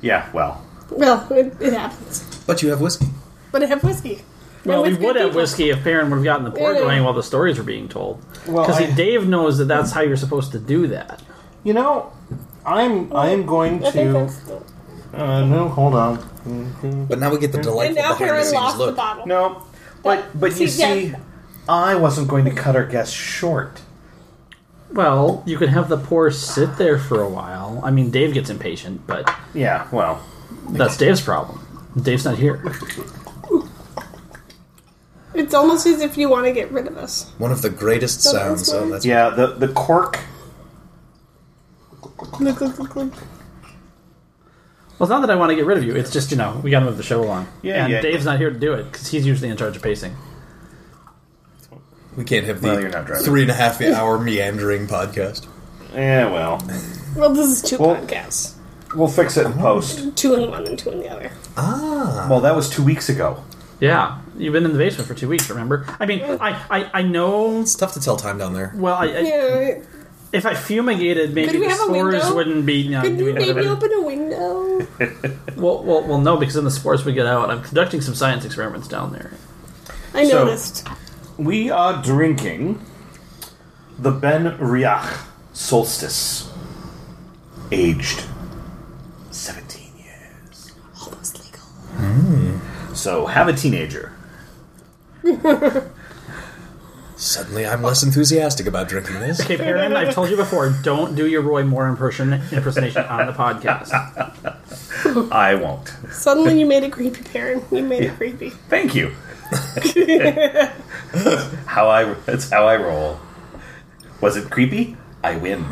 Yeah, well, Well, it, it happens. But you have whiskey. But I have whiskey. Well, we And with good would have people. whiskey if Perrin would have gotten the pour Yeah. going while the stories were being told. Well, Because I- Dave knows that that's how you're supposed to do that. You know, I'm I'm going I to. think that's the- Uh, no, hold on. But now we get the And delightful now behind the Karen scenes lost the look. bottle. no, but but you See, yeah. see, I wasn't going to cut our guest short. Well, you could have the pour sit there for a while. I mean, Dave gets impatient, but Yeah, well, that's Dave's problem. Dave's not here. It's almost as if you want to get rid of us. One of the greatest Don't sounds. answer. Oh, that's yeah, the the cork. Look, look, look, look. Well, it's not that I want to get rid of you. It's just you know we got to move the show along. Yeah, and yeah. Dave's not here to do it because he's usually in charge of pacing. we can't have the Well, you're not driving. three and a half hour meandering podcast. Yeah, well, Well, this is two Well- podcasts. we'll fix it in post. Two in one and two in the other. Oh. Ah, Well, that was two weeks ago. Yeah, you've been in the basement for two weeks. Remember? I mean, I I, I know. it's tough to tell time down there. Well, I, I, Yeah. if I fumigated, maybe Could we the have a spores window? wouldn't be. You know, Could you doing maybe whatever. open <laughs> a window? Well, well, well, no, because then the spores would get out. I'm conducting some science experiments down there. I So- noticed. We are drinking the Ben Riach Solstice, aged seventeen years. Almost legal. So have a teenager. Suddenly, I'm less enthusiastic about drinking this. Okay, Perrin, I've told you before, don't do your Roy Moore impression impersonation on the podcast. I won't. Suddenly you made it creepy, Perrin. You made it creepy. Thank you. <laughs> how I that's how I roll. Was it creepy? I win.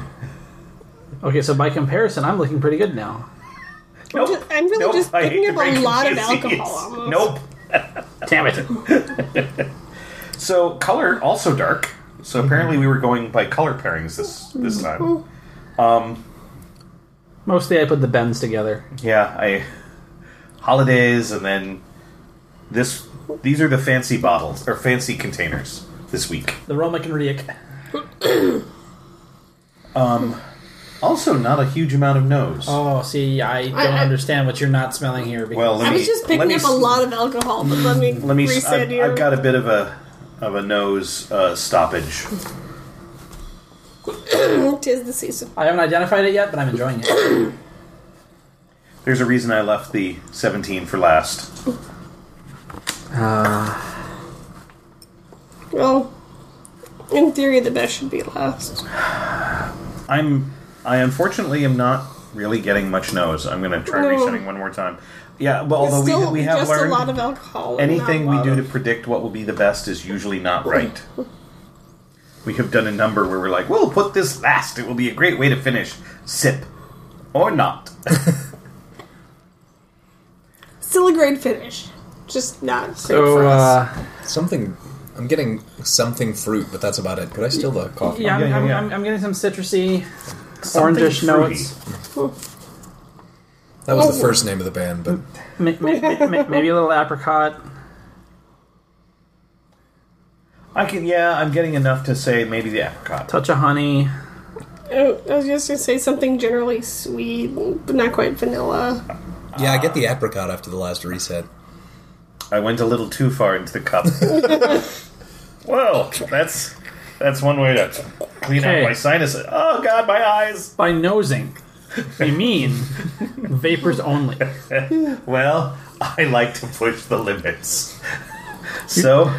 Okay, so by comparison, I'm looking pretty good now. Nope. Just- I'm really Nope. just I hate picking to up break a it lot to of you. alcohol. Nope. Damn it. So color also dark. So apparently we were going by color pairings this this time. Mostly I put the bends together. Yeah, I holidays and then this these are the fancy bottles or fancy containers this week. The Romic and Riek. Also not a huge amount of nose. Oh, see, I don't I- understand what you're not smelling here. Because Well, let I me was just let picking me up a s- lot of alcohol, but let me Let me. s- reset I've, you. I've got a bit of a of a nose uh, stoppage. <clears throat> Tis the season. I haven't identified it yet, but I'm enjoying it. There's a reason I left the 17 for last. Well, in theory, the best should be last. I'm. I unfortunately am not really getting much nose. I'm going to try No. resetting one more time. Yeah. Well, although we, Still, we have just learned a lot of alcohol. and anything not we a do lot to of- predict what will be the best is usually not <laughs> right. We have done a number where we're like, "We'll put this last. It will be a great way to finish." Sip, or not. <laughs> Still a great finish, just not great So, for us. uh, Something. I'm getting something fruit, but that's about it. Could I steal the coffee? yeah, I'm, Yeah, yeah, I'm, yeah. I'm, I'm getting some citrusy, Something orangish fruity. notes. That was the first name of the band, but May- may- may- may- Maybe a little apricot. I can. Yeah, I'm getting enough to say maybe the apricot. touch of honey. Oh, I was just gonna say something generally sweet, but not quite vanilla. yeah, I get the apricot after the last reset. I went a little too far into the cup. well, that's that's one way to clean Okay. out my sinuses. Oh God, my eyes. By nosing, we mean vapors only. Well, I like to push the limits. so,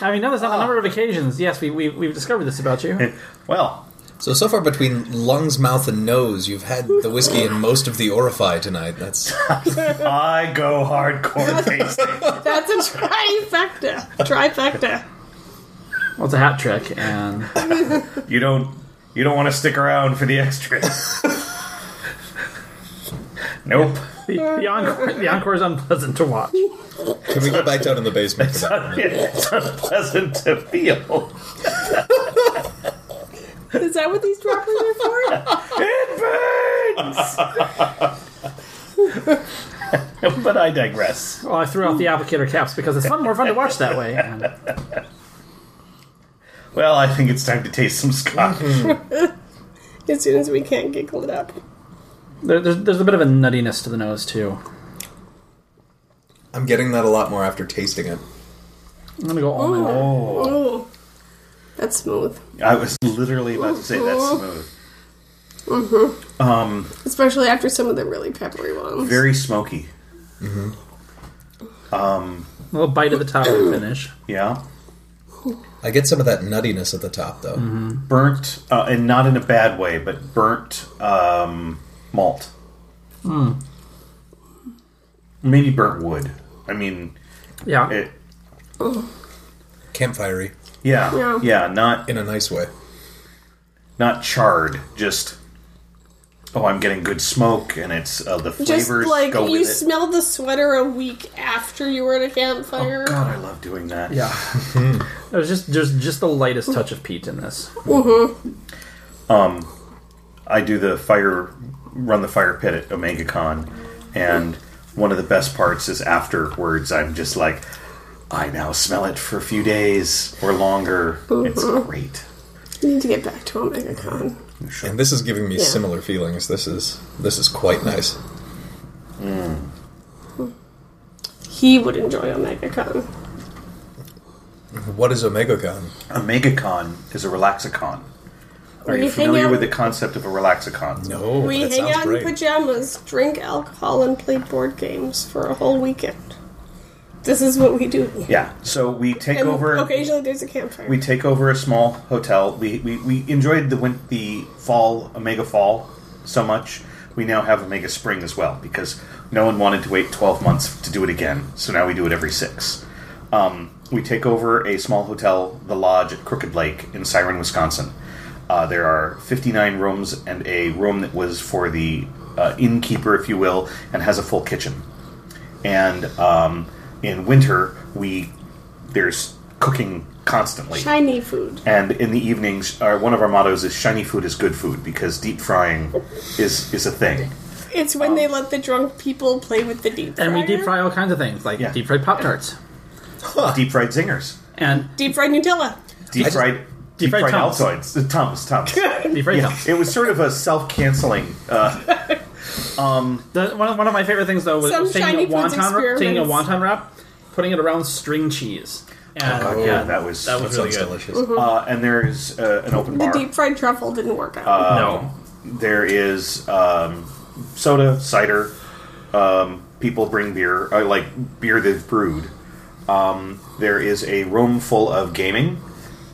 I mean, no, there's on a number of occasions. Yes, we, we, we've discovered this about you. well, So so far between lungs, mouth, and nose, you've had the whiskey and most of the orify tonight. That's I go hardcore tasting. That's a trifecta. Trifecta. Well, it's a hat trick, and You don't you don't want to stick around for the extras. nope. the, the, encore, the encore is unpleasant to watch. can we go back down in the <laughs> basement? For that one? It's unpleasant to feel. Is that what these droppers are <laughs> for? It burns. <laughs> but I digress. Well, I threw out the applicator caps because it's fun, more fun to watch that way. And Well, I think it's time to taste some scotch. As soon as we can't giggle it up. there, there's, there's a bit of a nuttiness to the nose, too. I'm getting that a lot more after tasting it. I'm going to go almond. Oh, that's smooth. <laughs> I was literally about to say that's smooth. Especially after some of the really peppery ones. Very smoky. A little bite at the top to finish. Yeah. I get some of that nuttiness at the top, though. Mm-hmm. Burnt, uh, and not in a bad way, but burnt um, malt. Hmm. Maybe burnt wood. I mean, Yeah. it, Campfirey yeah, Yeah. yeah, not in a nice way. not charred. Just oh, I'm getting good smoke, and it's uh, the Just flavors like go with you it. smelled the sweater a week after you were at a campfire. Oh, God, I love doing that. Yeah. <laughs> There's just, just, just the lightest touch of peat in this. I do the fire, run the fire pit at OmegaCon, and one of the best parts is afterwards. I'm just like, I now smell it for a few days or longer. It's great. You need to get back to OmegaCon. And this is giving me similar feelings. This is this is quite nice. He would enjoy OmegaCon. What is OmegaCon? OmegaCon is a relaxicon. Are Where you you hang familiar out- with the concept of a relaxicon? No, We that hang sounds out great. in pajamas, drink alcohol, and play board games for a whole weekend. This is what we do. Yeah. So we take And over. occasionally there's a campfire. We take over a small hotel. We, we, we enjoyed the win- the fall Omega Fall so much. We now have Omega Spring as well because no one wanted to wait 12 months to do it again. So now we do it every six. Um, we take over a small hotel, the Lodge at Crooked Lake in Siren, Wisconsin. Uh, there are 59 rooms and a room that was for the uh, innkeeper, if you will, and has a full kitchen and um, in winter we there's cooking constantly Shiny food. and in the evenings our, one of our mottos is shiny food is good food because deep frying is is a thing It's when they let the drunk people play with the deep fryer. And we deep fry all kinds of things, like Yeah. deep fried Pop Tarts. deep fried zingers And Deep fried Nutella. deep just- fried deep fried fried Tums. altoids Uh, tums tums deep fried yeah Tums. it was sort of a self-canceling uh, The, one, of, one of my favorite things though was, Some was taking, a shiny foods wonton, wrap- taking a experiments. wonton wrap, putting it around string cheese. And, God, yeah, Oh, that was- that that was really sounds good. delicious. Mm-hmm. uh, and there's uh, an open The bar deep fried truffle didn't work out. no, there is um, soda cider um, people bring beer uh, like beer they've brewed um, there is a room full of gaming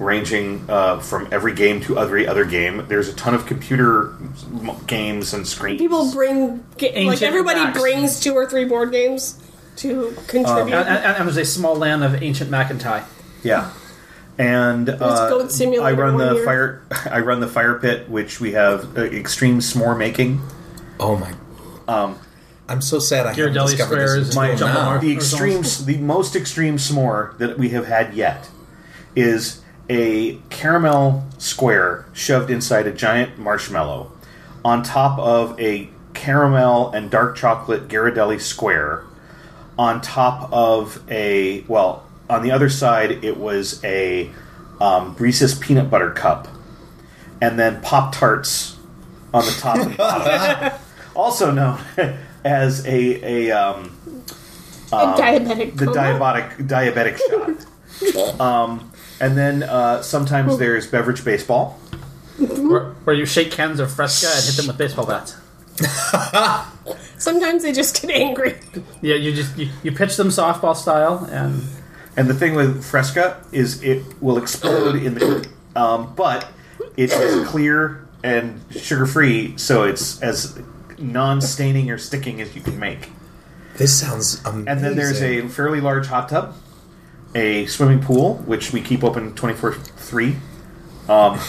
ranging uh, from every game to every other game there's a ton of computer m- games and screens people bring ga- like Ancient everybody Max. brings two or three board games to contribute. and, and, and it was a small land of ancient Macintyre. Yeah, and Goat uh, Simulator I run one the year. fire. <laughs> I run the fire pit, which we have uh, extreme s'more making. Oh my. Um, I'm so sad I haven't Ghirardelli discovered squares. this until My Jump on now. our- the extreme, the most extreme s'more that we have had yet is a caramel square shoved inside a giant marshmallow, on top of a caramel and dark chocolate Ghirardelli square, on top of a well, on the other side it was a um, Reese's peanut butter cup, and then Pop Tarts on the top and bottom, also known <laughs> as a a um, a diabetic the coma. diabetic diabetic shot. um, and then uh, sometimes there's beverage baseball. where, where you shake cans of Fresca and hit them with baseball bats. Sometimes they just get angry. Yeah, you just you, you pitch them softball style, and And the thing with Fresca is it will explode in the, um, but it is clear and sugar free, so it's as non-staining or sticking as you can make. This sounds amazing. And then there's a fairly large hot tub, a swimming pool, which we keep open 24 3. Um,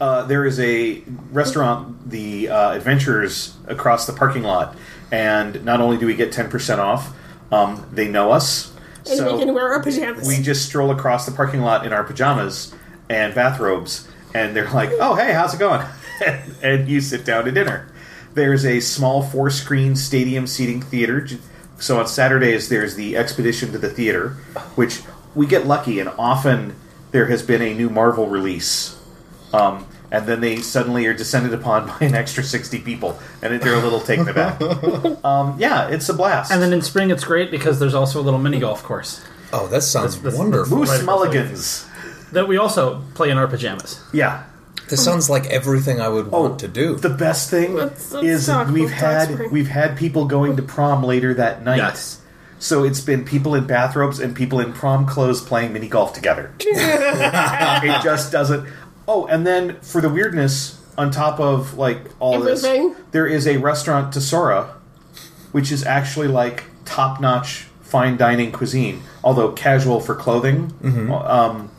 uh, there is a restaurant, the uh, Adventurers, across the parking lot. And not only do we get 10% off, um, they know us. And so we can wear our pajamas. we just stroll across the parking lot in our pajamas and bathrobes, and they're like, "Oh, hey, how's it going?" <laughs> and you sit down to dinner. There's a small four-screen stadium seating theater. So on Saturdays, there's the expedition to the theater, which we get lucky, and often there has been a new Marvel release. Um, and then they suddenly are descended upon <laughs> by an extra 60 people, and they're a little taken <laughs> aback. um, yeah, it's a blast. and then in spring it's great because there's also a little mini golf course Oh, that sounds this- wonderful. Moose Right. Mulligans. that we also play in our pajamas. Yeah, Mm-hmm. This sounds like everything I would want to do. Oh, The best thing Let's- let's is talk we've about had Foxbury. we've had people going to prom later that night. Yes. So it's been people in bathrobes and people in prom clothes playing mini golf together. it just doesn't. Oh, and then for the weirdness, on top of like all Everything. this, there is a restaurant Tesora, which is actually like top notch fine dining cuisine, although casual for clothing. Um,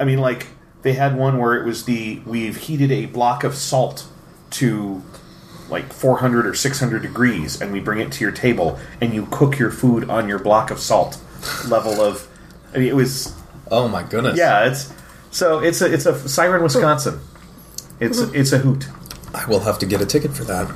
I mean, like they had one where it was the we've heated a block of salt to like 400 or 600 degrees, and we bring it to your table, and you cook your food on your block of salt level of. I mean, it was oh my goodness. yeah, it's so it's a it's a Siren, Wisconsin. It's Mm-hmm. it's a hoot. I will have to get a ticket for that.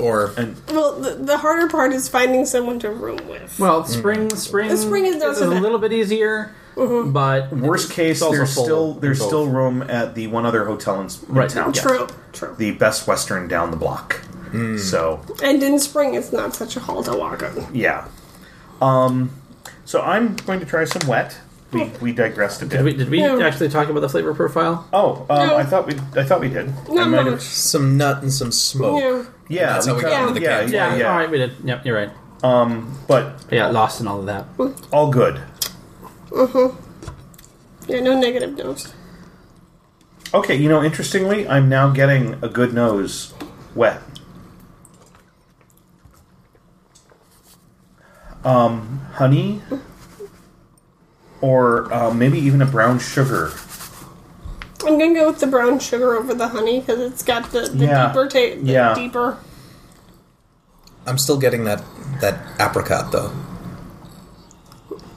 Or well, the, the harder part is finding someone to room with. Well, spring spring The spring is is a also- little bit easier, but Worst case, it's also there's full still in there's both. still room at the one other hotel in, s- in Right. town. Yeah. True, true. The Best Western down the block. Mm. So And in spring, it's not such a haul to walk on. yeah. Um, so I'm going to try some wet. We, Oh. we digressed a bit. Did we, did we Yeah. actually talk about the flavor profile? oh, um, No. I thought we I thought we did. I Not might have- much. some nut and some smoke. Mm-hmm. Yeah. Yeah, That's how we got tried- into the yeah, game. yeah, yeah. All right, we did. Yep, you're right. but I got lost in all of that. all good. Yeah, no negative notes. Okay, you know, interestingly, I'm now getting a good nose wet. Um, honey, or uh, maybe even a brown sugar. I'm gonna go with the brown sugar over the honey because it's got the, the Yeah. deeper taste. The Yeah. deeper. I'm still getting that that apricot though.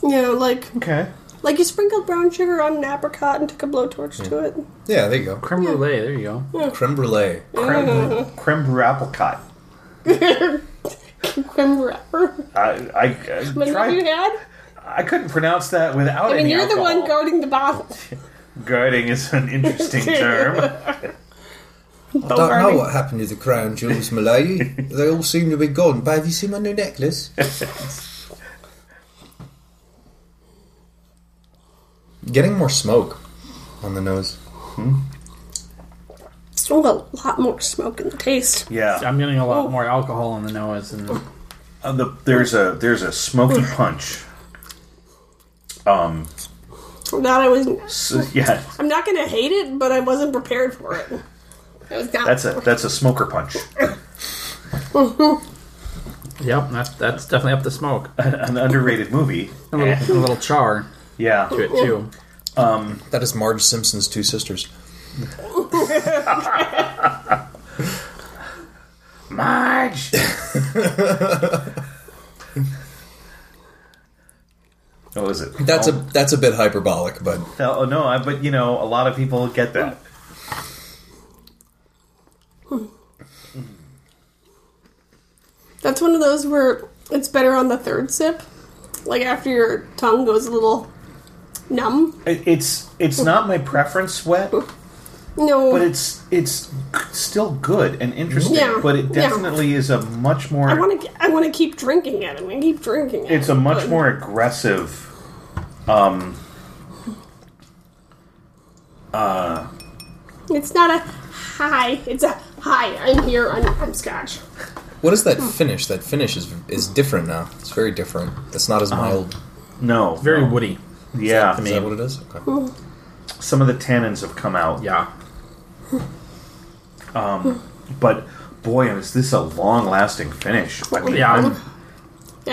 You know, like Okay. like you sprinkled brown sugar on an apricot and took a blowtorch to it. Yeah, there you go. Creme brulee, there you go. Oh. Creme brulee. <laughs> Creme, creme brulee apricot. Creme wrapper. <laughs> I, I, I, Remember you tried, had? I couldn't pronounce that without I mean, any you're the one alcohol. guarding the bottle. Guarding is <laughs> an interesting term. Don't know what happened to the crown <laughs> jewels, my lady. they all seem to be gone. But have you seen my new <laughs> necklace? Getting more smoke on the nose. Still a lot more smoke in the taste. Yeah. I'm getting a lot more alcohol in the nose and Uh, the, there's a there's a <laughs> smoky punch. That I was. So, yeah, I'm not gonna hate it, but I wasn't prepared for it. I was not. that's a that's a smoker punch. Yep, that's that's definitely up the <laughs> smoke. A an underrated movie. little, a little char Yeah. to it too. That is Marge Simpson's two sisters. Marge. <laughs> what was it? That's a Oh, that's a bit hyperbolic, but fell- oh, no, I, but you know, a lot of people get that. That's one of those where it's better on the third sip, like after your tongue goes a little numb. It, it's it's not my preference wet, No, but it's it's still good and interesting. Yeah, But it yeah. definitely is a much more. I want to. I want to keep drinking it. I'm gonna keep drinking it. it's a much but- more aggressive um It's not a hi. It's a hi. I'm here. I'm, I'm Scotch. what is that finish? That finish is is different now. It's very different. It's not as mild. no Very no. woody. yeah Is that what it is? Okay. some of the tannins have come out Yeah. but boy is this a long lasting finish I mean, Yeah. I'm-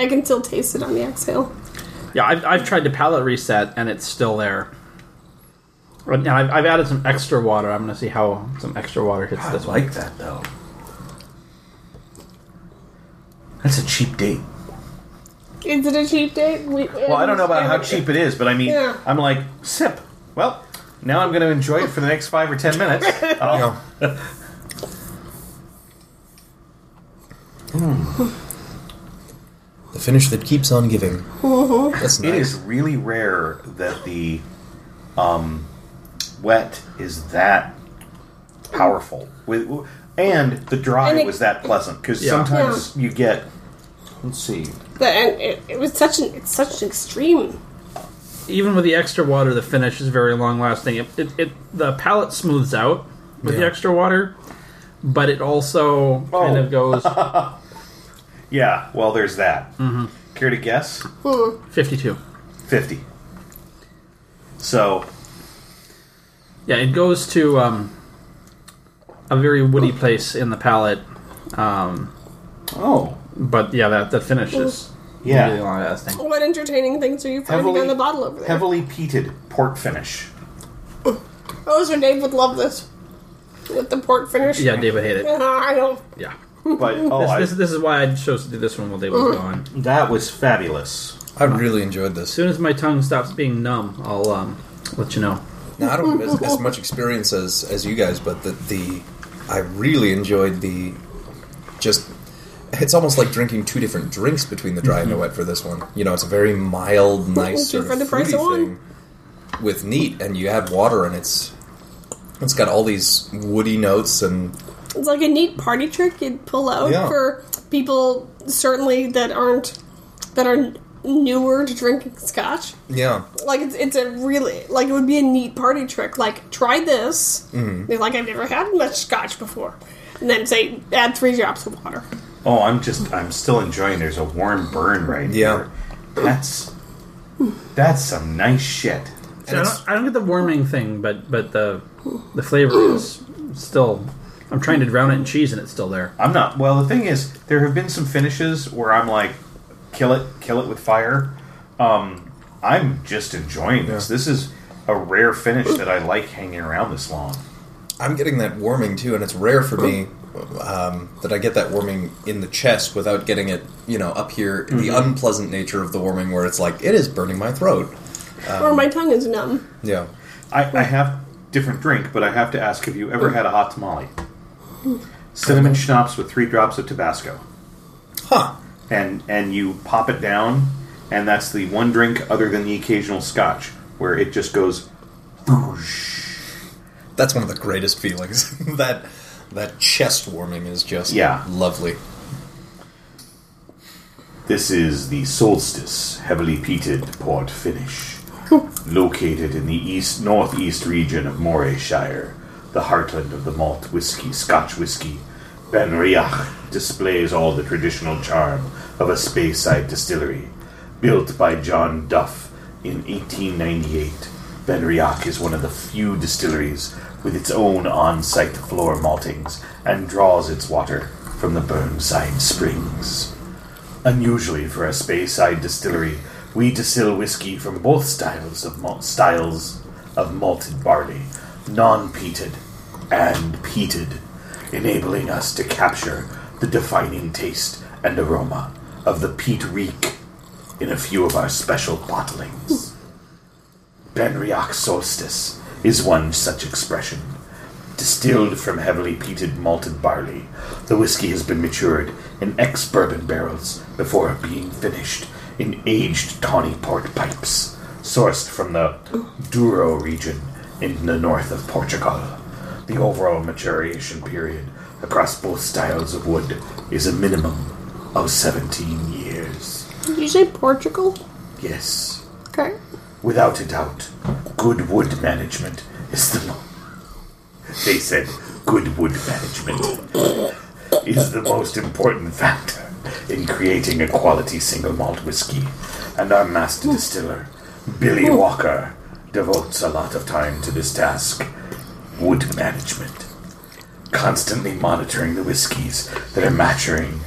I can still taste it on the exhale. Yeah, I've, I've tried to palate reset and it's still there. And I've, I've added some extra water. I'm going to see how some extra water hits I this one. like that though. That's a cheap date. Is it a cheap date? We, Well, I don't know about how cheap it is, but I mean, Yeah. I'm like sip. Well, now I'm going to enjoy it for the next five or ten minutes. Oh, Yeah. Hmm. The finish that keeps on giving. That's <laughs> It is nice. really rare that the um, wet is that powerful. With and the dry And it- was that pleasant because Yeah. sometimes you get. Let's see. But, and it, it was such an it's such an extreme. Even with the extra water, the finish is very long lasting. It, it, it The palate smooths out with the Yeah. extra water, but it also kind Oh. <laughs> of goes Yeah. Well, there's that. Care to guess? 52. 50. So, Yeah, it goes to um, a very woody place in the palate. Um, oh, but yeah, that, that finish is Yeah. really long lasting. What entertaining things are you finding Heavily- on the bottle over there? heavily peated port <laughs> finish. Oh, so Dave would love this with the port finish. Uh, Yeah, David hated it. I don't. Yeah. But oh, I, This, this is why I chose to do this one while David was gone. As that was fabulous. I really enjoyed this. soon as my tongue stops being numb, I'll um, let you know. Now, I don't have as, as much experience as, as you guys, but the, the I really enjoyed the just. It's almost like drinking two different drinks between the dry and the wet for this one. You know, it's a very mild, nice Two sort for of the price fruity of one. thing with neat, and you add water, and it's it's got all these woody notes and It's like a neat party trick you'd pull out Yeah. for people certainly that aren't that are newer to drinking scotch. yeah, Like it's, it's a really like it would be a neat party trick. Like try this. They're Like I've never had much scotch before, and then say add three drops of water. Oh, I'm just I'm still enjoying. There's a warm burn right Yeah. here. That's that's some nice shit. So I, don't, I don't get the warming thing, but but the the flavor is still. I'm trying to drown it in cheese, and it's still there. I'm not. Well, the thing is, there have been some finishes where I'm like, kill it, kill it with fire. Um, I'm just enjoying this. This is a rare finish that I like hanging around this long. I'm getting that warming too, and it's rare for me um, that I get that warming in the chest without getting it, you know, up here. The Mm-hmm. unpleasant nature of the warming, where it's like it is burning my throat. or my tongue is numb. Yeah, I, I have different drink, but I have to ask: Have you ever had a hot tamale? Cinnamon schnapps with three drops of Tabasco, huh? and and you pop it down, and that's the one drink other than the occasional Scotch where it just goes. That's one of the greatest feelings. <laughs> that that chest warming is just Yeah. lovely. This is the Solstice heavily peated port finish, located in the east northeast region of Morayshire, the heartland of the malt whiskey, Scotch whiskey. Benriach displays all the traditional charm of a spayside distillery. Built by John Duff in 1898, Benriach is one of the few distilleries with its own on-site floor maltings and draws its water from the Burnside Springs. Unusually for a spayside distillery, we distill whiskey from both styles of malt, styles of malted barley, non-peated and peated, enabling us to capture the defining taste and aroma of the peat reek in a few of our special bottlings. Benriach Solstice is one such expression. Distilled from heavily peated malted barley, the whiskey has been matured in ex bourbon barrels before being finished in aged tawny port pipes, sourced from the Douro region in the north of Portugal. The overall maturation period across both styles of wood is a minimum of 17 years. Did you say Portugal? Yes, Okay. without a doubt, good wood management is the mo- they said good wood management is the most important factor in creating a quality single malt whiskey and our master distiller billy walker devotes a lot of time to this task wood management constantly monitoring the whiskies that are maturing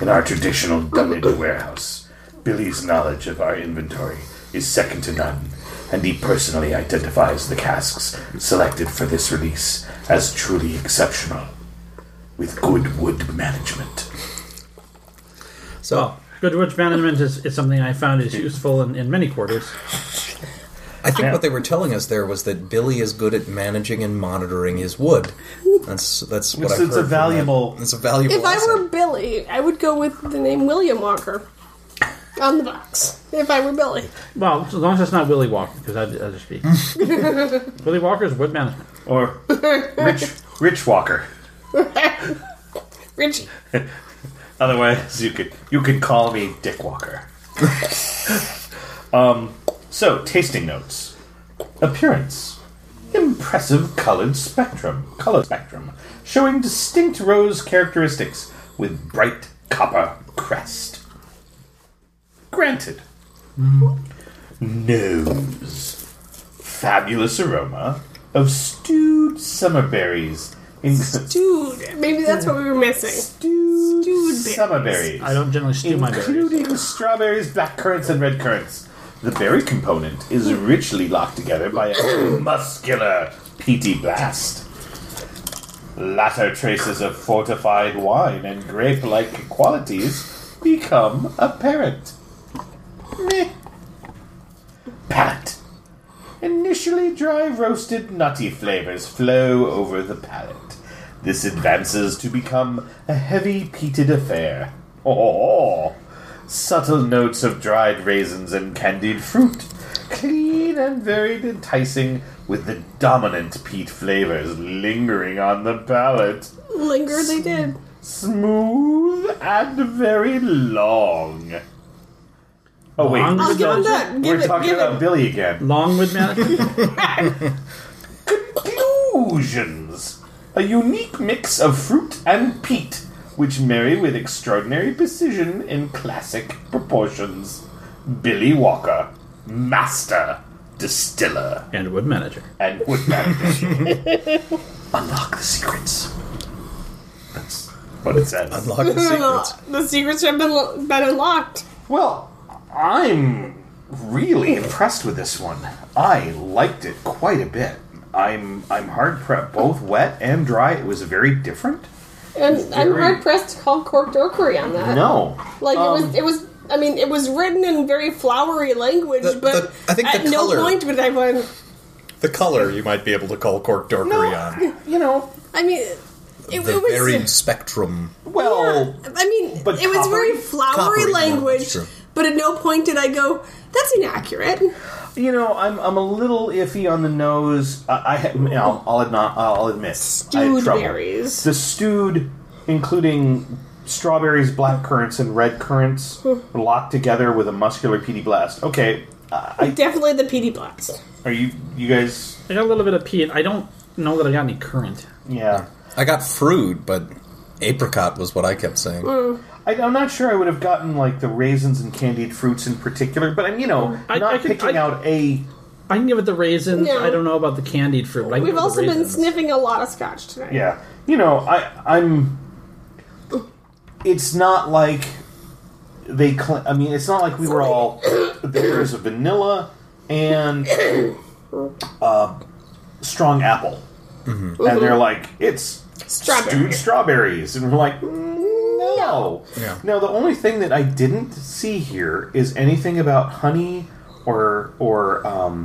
in our traditional dunnage warehouse, Billy's knowledge of our inventory is second to none, and he personally identifies the casks selected for this release as truly exceptional, with good wood management. So Good wood management is, is something I found is useful in, in many quarters. I think what they were telling us there was that Billy is good at managing and monitoring his wood. That's that's what It's- I've it's heard a from valuable- that. It's a valuable. If I were asset. Billy, I would go with the name William Walker on the box. If I were Billy, Well, as long as it's not Willy Walker, because I'd, I'd <laughs> just be Willy Walker's wood management. Or Rich, Rich Walker. Richie. Otherwise, you could you could call me Dick Walker. um, so tasting notes: appearance, impressive colored spectrum, color spectrum, showing distinct rose characteristics with bright copper crest. Granted. Nose, fabulous aroma of stewed summer berries. In Dude, maybe that's what we were missing. stewed, Stewed summer berries. berries I don't generally steal my berries. including strawberries, black currants, and red currants. The berry component is richly locked together by a muscular peaty blast. Latter traces of fortified wine and grape-like qualities become apparent. Meh. Palate. Initially dry roasted nutty flavors flow over the palate. This advances to become a heavy peated affair. Oh, subtle notes of dried raisins and candied fruit, clean and very enticing, with the dominant peat flavors lingering on the palate. Linger they did. Smooth and very long. Oh wait, Long? I'll give him that. Give we're it. talking Give about it. Billy again. Long <laughs> wood management. Conclusions. A unique mix of fruit and peat which marry with extraordinary precision in classic proportions. Billy Walker, master distiller and wood manager. and wood manager. Unlock the secrets. That's what it says. Unlock the secrets. <laughs> The secrets have been, lo- been unlocked. Well, I'm really impressed with this one. I liked it quite a bit. I'm I'm hard prep, both wet and dry. It was very different. And I'm Very- hard pressed to call cork dorkery on that. No, Like it Um, was, it was. I mean, it was written in very flowery language, The- but the- I think the at no color- point would I went. "Oh," The color you might be able to call cork dorkery on. <laughs> you know, I mean, it, it The was varied spectrum. well, Yeah, I mean, but it was very coppery? flowery Coppery, yeah, that's language, true. but at no point did I go, that's inaccurate. you know, I'm I'm a little iffy on the nose. I, I had- you know, I'll admit, I'll admit, I had Dude trouble. berries. The stewed, including strawberries, black currants, and red currants, locked together with a muscular PD blast. Okay, I, Definitely the PD Blast. are you you guys? I got a little bit of peat. I don't know that I got any current. Yeah, I got fruit, but apricot was what I kept saying. I, I'm not sure I would have gotten like the raisins and candied fruits in particular, but I'm you know I- not I could- picking I- out a. I can give it the raisins. Yeah. I don't know about the candied fruit. But I can We've give it the also been raisins. sniffing a lot of scotch tonight. Yeah, you know, I I'm. It's not like they. Cl- I mean, it's not like we were all. There was a vanilla and uh, strong apple, and they're like it's Strawberry. stewed strawberries, and we're like. "Mm, No. Yeah. Now the only thing that I didn't see here is anything about honey or or um,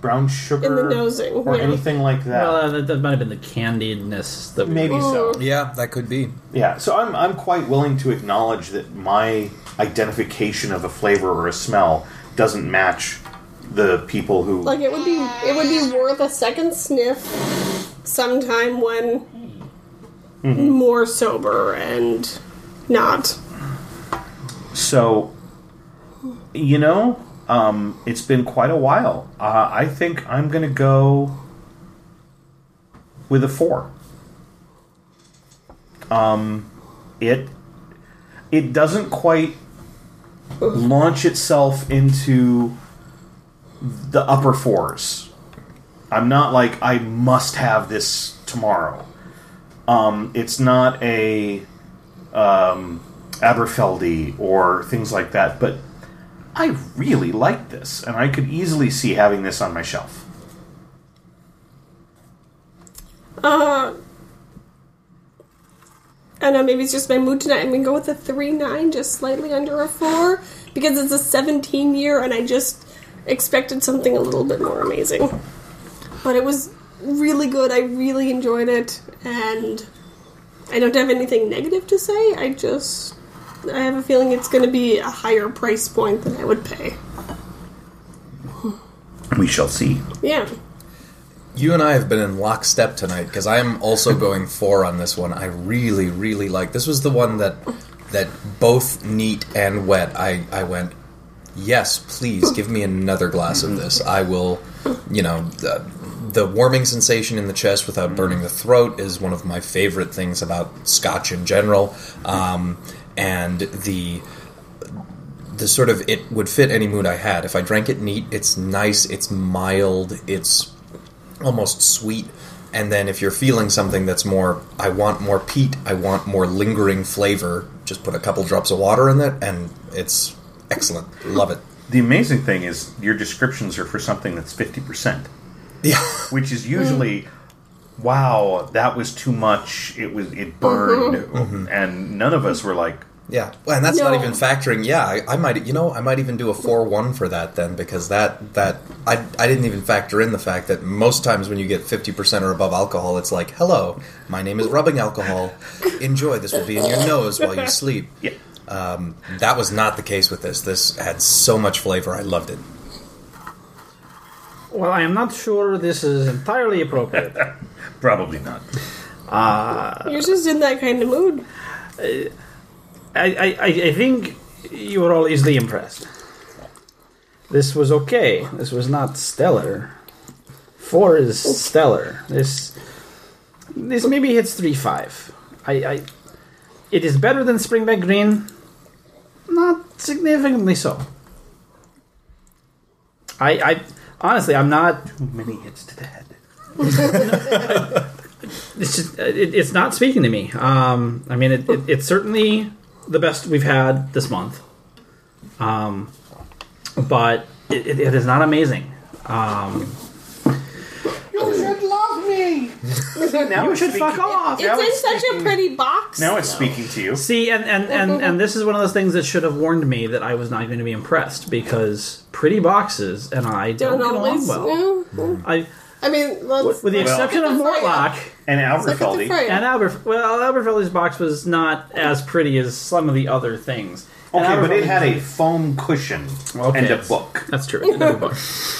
brown sugar nosing, or yeah. anything like that. Well, uh, that, that might have been the candiedness that we Maybe so. Yeah, that could be. Yeah, so I'm, I'm quite willing to acknowledge that my identification of a flavor or a smell doesn't match the people who. Like it would be it would be worth a second sniff sometime when more sober and not. so, you know, um, it's been quite a while. Uh, I think I'm going to go with a four. Um, it it doesn't quite launch itself into the upper fours. I'm not like I must have this tomorrow. Um, it's not a um, Aberfeldy or things like that, but I really like this, and I could easily see having this on my shelf. I know maybe it's just my mood tonight. I'm gonna go with a three nine, just slightly under a four, because it's a 17 year, and I just expected something a little bit more amazing. But it was really good. I really enjoyed it, and I don't have anything negative to say. I just I have a feeling it's gonna be a higher price point than I would pay. We shall see. Yeah. You and I have been in lockstep tonight because I am also going four on this one. I really, really like this. Was the one that that both neat and wet. I I went yes, please give me another glass of this. I will, you know, the, the warming sensation in the chest without burning the throat is one of my favorite things about Scotch in general, um, and the the sort of it would fit any mood I had. If I drank it neat, it's nice, it's mild, it's almost sweet. And then if you're feeling something that's more, I want more peat, I want more lingering flavor, just put a couple drops of water in it, and it's excellent. Love it. <laughs> The amazing thing is your descriptions are for something that's fifty percent. Yeah. which is usually wow that was too much it was it burned Mm-hmm. and none of us were like Yeah, well, and that's No. not even factoring. Yeah, I, I might, you know, I might even do a four one for that then because that that I I didn't even factor in the fact that most times when you get fifty percent or above alcohol, it's like, hello, my name is rubbing alcohol. Enjoy. This will be in your nose while you sleep. yeah That was not the case with this. This had so much flavor. I loved it. Well, I am not sure this is entirely appropriate. probably not You're just in that kind of mood. I, I, I I think you were all easily impressed. This was okay. This was not stellar. Four is stellar. This this maybe hits three five. I I, It is better than Springbank Green. Not significantly so. I, I honestly, I'm not. Too many hits to the head. It's just, uh, it, it's not speaking to me. Um, I mean, it, it, it's certainly the best we've had this month. Um, but it, it, it is not amazing. You should love me. now You it's should fuck speaking- off. Now It's in it's such a speaking- pretty box. Now it's speaking to you. See, and and, and and this is one of those things that should have warned me that I was not going to be impressed because pretty boxes and I don't, don't get along always. well. no. I, I mean, let's, with Well- the exception of Look at the Mortlock And look at the Alberfeldy. frame. and Albert, well, Albertfeldy's box was not as pretty as some of the other things. And Okay, but it Albertfeldy's- had a foam cushion Okay, and a that's- book. That's true. it had a book.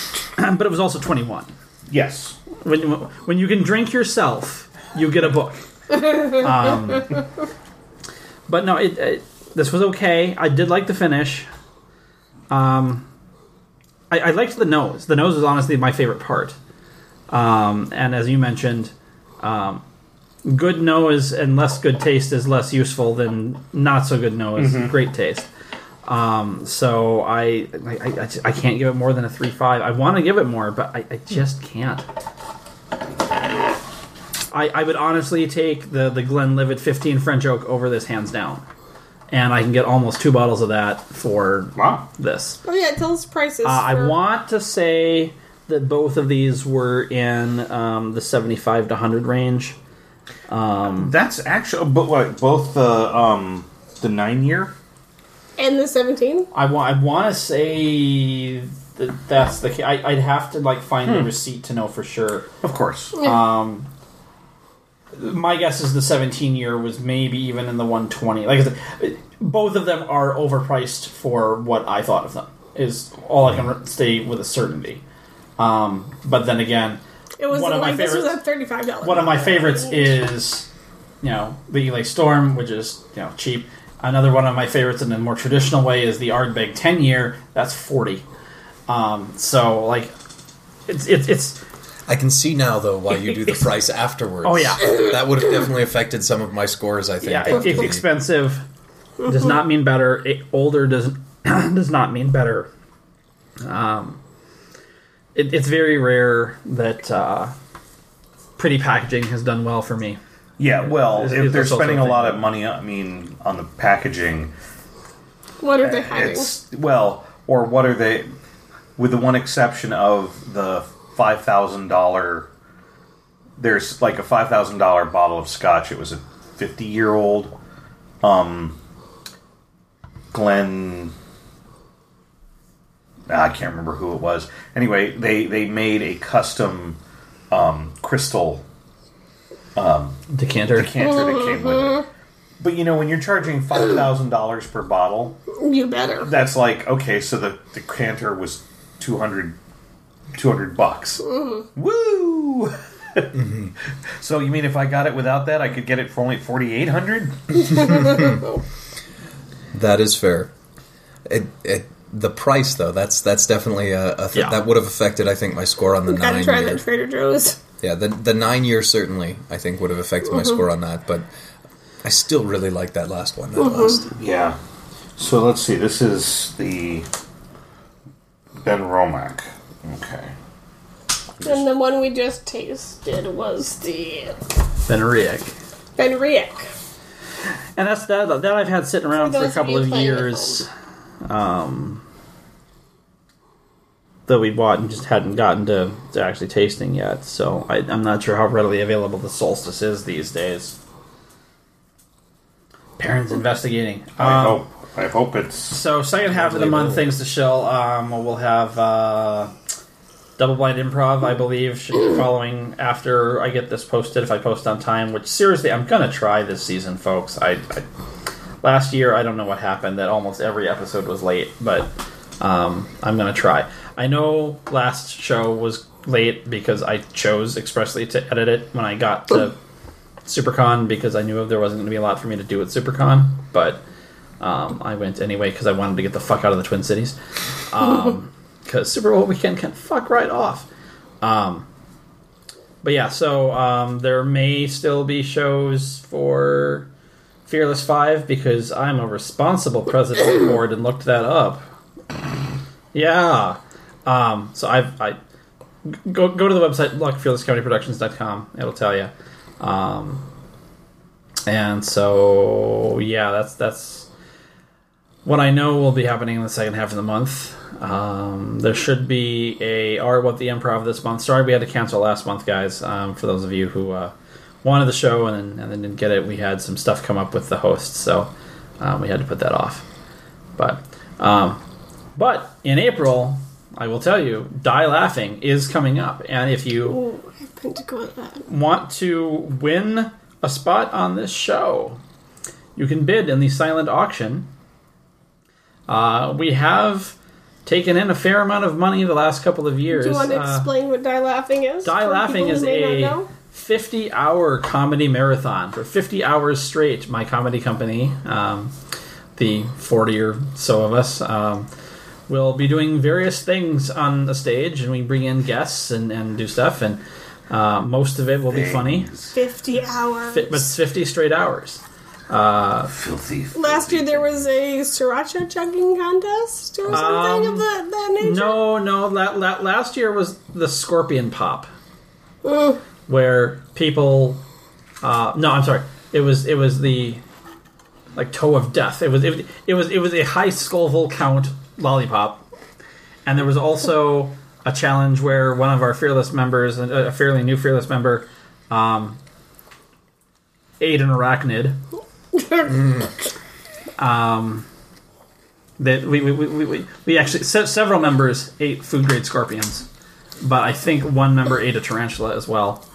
<clears throat> but it was also twenty one. Yes. when when you can drink yourself, you get a book. Um, but no, it, it this was okay. I did like the finish. Um, I, I liked the nose. The nose was honestly my favorite part. Um, and as you mentioned, um, good nose and less good taste is less useful than not so good nose. Great taste. Um, so I I, I, I just- I can't give it more than a three five. I want to give it more, but I, I just can't. I, I would honestly take the the Glenlivet 15 French oak over this hands down, and I can get almost two bottles of that for Wow. this. oh yeah, tell us prices. Uh, I for- want to say that both of these were in um, the 75 to 100 range. That's actually, but like both the um the nine year. and the seventeen. I want I want to say that that's the ca- I, I'd have to like find the receipt to know for sure. Of course. my guess is the 17 year was maybe even in the 120 like I said, both of them are overpriced for what i thought of them is all i can re- say with a certainty um, but then again It was One of my like this was favorites. at thirty five dollars. one of my favorites is you know the Elay storm which is you know cheap another one of my favorites in a more traditional way is the ardbeg 10 year that's 40 um, so like it's it's it's I can see now though why you <laughs> do the price afterwards. Oh, yeah. that would have definitely affected some of my scores. I think. yeah, it, it's expensive does not mean better. It, older does <clears throat> does not mean better. Um, it, it's very rare that uh, pretty packaging has done well for me. yeah. Well, Is- if is they're this also spending a a thing? lot of money, I mean, on the packaging, what are they hiding? it's well, or what are they? With the one exception of the five thousand dollar, there's like a five thousand dollar bottle of scotch. It was a um, fifty year old, um, Glen. ah, I can't remember who it was. Anyway, they they made a custom um, crystal Decanter. decanter that came with it. But you know, when you're charging five thousand dollars per bottle, You better. that's like okay. So the the decanter was 200, 200 bucks. Mm-hmm. Woo! <laughs> so you mean if I got it without that, I could get it for only forty eight hundred? That is fair. It, it, the price though, that's that's definitely a, a th- Yeah. that would have affected. I think my score on the Gotta nine try year. that Trader Joe's. Yeah, the the nine year certainly I think would have affected Mm-hmm. my score on that, but I still really like that last one. That Mm-hmm. last. Yeah. So let's see. This is the Ben Romack. Okay. And the one we just tasted was the Benriac. Benriac. And that's that. That I've had sitting around for For a those of couple you of playing at years. Um, that we bought and just hadn't gotten to, to actually tasting yet. So I, I'm not sure how readily available the solstice is these days. Parents investigating. I Um, hope. I hope it's So second half of the month, things to shill. Um, we'll have uh, double blind improv, I believe, should be following after I get this posted. If I post on time, which seriously, I'm gonna try this season, folks. I, I last year I don't know what happened that almost every episode was late, but um, I'm gonna try. I know last show was late because I chose expressly to edit it when I got to SuperCon because I knew there wasn't going to be a lot for me to do at SuperCon, but um, I went anyway because I wanted to get the fuck out of the Twin Cities. Because Super Bowl weekend can fuck right off. Um, but yeah, so um, there may still be shows for Fearless Five because I'm a responsible president of the board and looked that up. Yeah. Um, so I've I go go to the website look fearlesscomedyproductions.com. It'll tell you. Um, and so yeah, that's that's what I know will be happening in the second half of the month. Um, there should be a Art What the Improv this month. Sorry, we had to cancel last month, guys. Um, for those of you who uh, wanted the show and then, and then didn't get it, we had some stuff come up with the hosts, so um, we had to put that off. But um, but in April, I will tell you, Die Laughing is coming up, and if you Oh, I have to go with that. want to win a spot on this show, you can bid in the silent auction. Uh, we have taken in a fair amount of money the last couple of years. Do you want to Uh, explain what Die Laughing is? Die for Laughing people who is may not a know? 50 hour comedy marathon. For 50 hours straight, my comedy company, um, the 40 or so of us, um, will be doing various things on the stage, and we bring in guests and, and do stuff, and uh, most of it will be funny. fifty hours. Fit, but it's 50 straight hours. Filthy. Last year there was a sriracha chugging contest or something of that, that nature. Um, No, no, la- la- last year was the Scorpion Pop, Ugh. where people. Uh, no, I'm sorry. It was it was the like toe of death. It was it, it was it was a high Scoville count lollipop, and there was also a challenge where one of our fearless members, a a fairly new fearless member, um, ate an arachnid. that we we, we, we- we, we actually se- several members ate food grade scorpions, but I think one member ate a tarantula as well.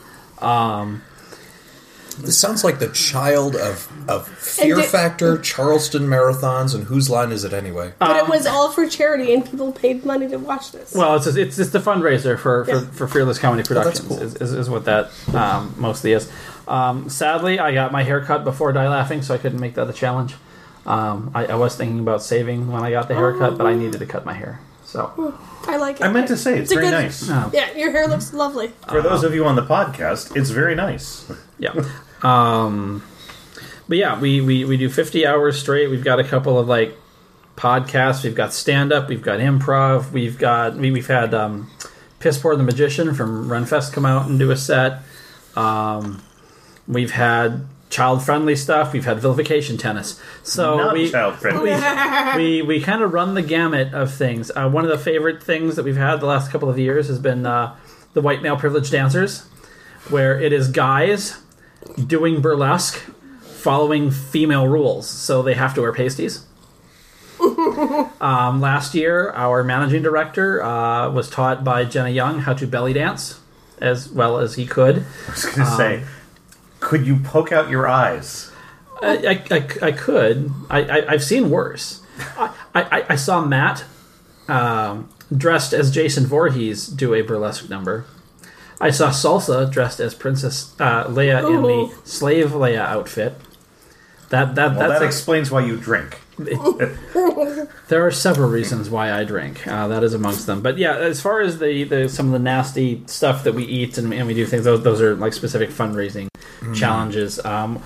This sounds like the child of, of Fear And it- Factor, Charleston marathons, and whose line is it anyway? But it was all for charity and people paid money to watch this. um, Well, it's just, it's just a fundraiser for, for, Yeah. for Fearless Comedy Oh, that's Productions cool. is, is, is what that um, mostly is. Um, sadly, I got my hair cut before Die Laughing, so I couldn't make that a challenge. Um, I, I was thinking about saving when I got the haircut, Oh. but I needed to cut my hair. So I like it. I meant to say it's, It's a very good- nice. Yeah, your hair looks lovely. Uh, For those of you on the podcast, it's very nice. yeah. Um, but yeah, we, we, we do 50 hours straight. We've got a couple of like podcasts. We've got stand up. We've got improv. We've got, we, we've had um, Piss Poor the Magician from Runfest come out and do a set. Um, we've had child friendly stuff. We've had vilification tennis. So Not Oh, <laughs> we, child friendly. we we kind of run the gamut of things. Uh, one of the favorite things that we've had the last couple of years has been uh, the white male privilege dancers, where it is guys doing burlesque following female rules, so they have to wear pasties. um, last year, our managing director uh, was taught by Jenna Young how to belly dance as well as he could. I <laughs> was going to say, Um, could you poke out your eyes? I, I, I, I could. I, I, I've seen worse. I, I, I saw Matt um, dressed as Jason Voorhees do a burlesque number. I saw Salsa dressed as Princess uh, Leia in Ooh. the slave Leia outfit. That that Well, that's that a- explains why you drink. there are several reasons why I drink. Uh, that is amongst them. But yeah, as far as the, the some of the nasty stuff that we eat and, and we do things, those, those are like specific fundraising challenges. Um,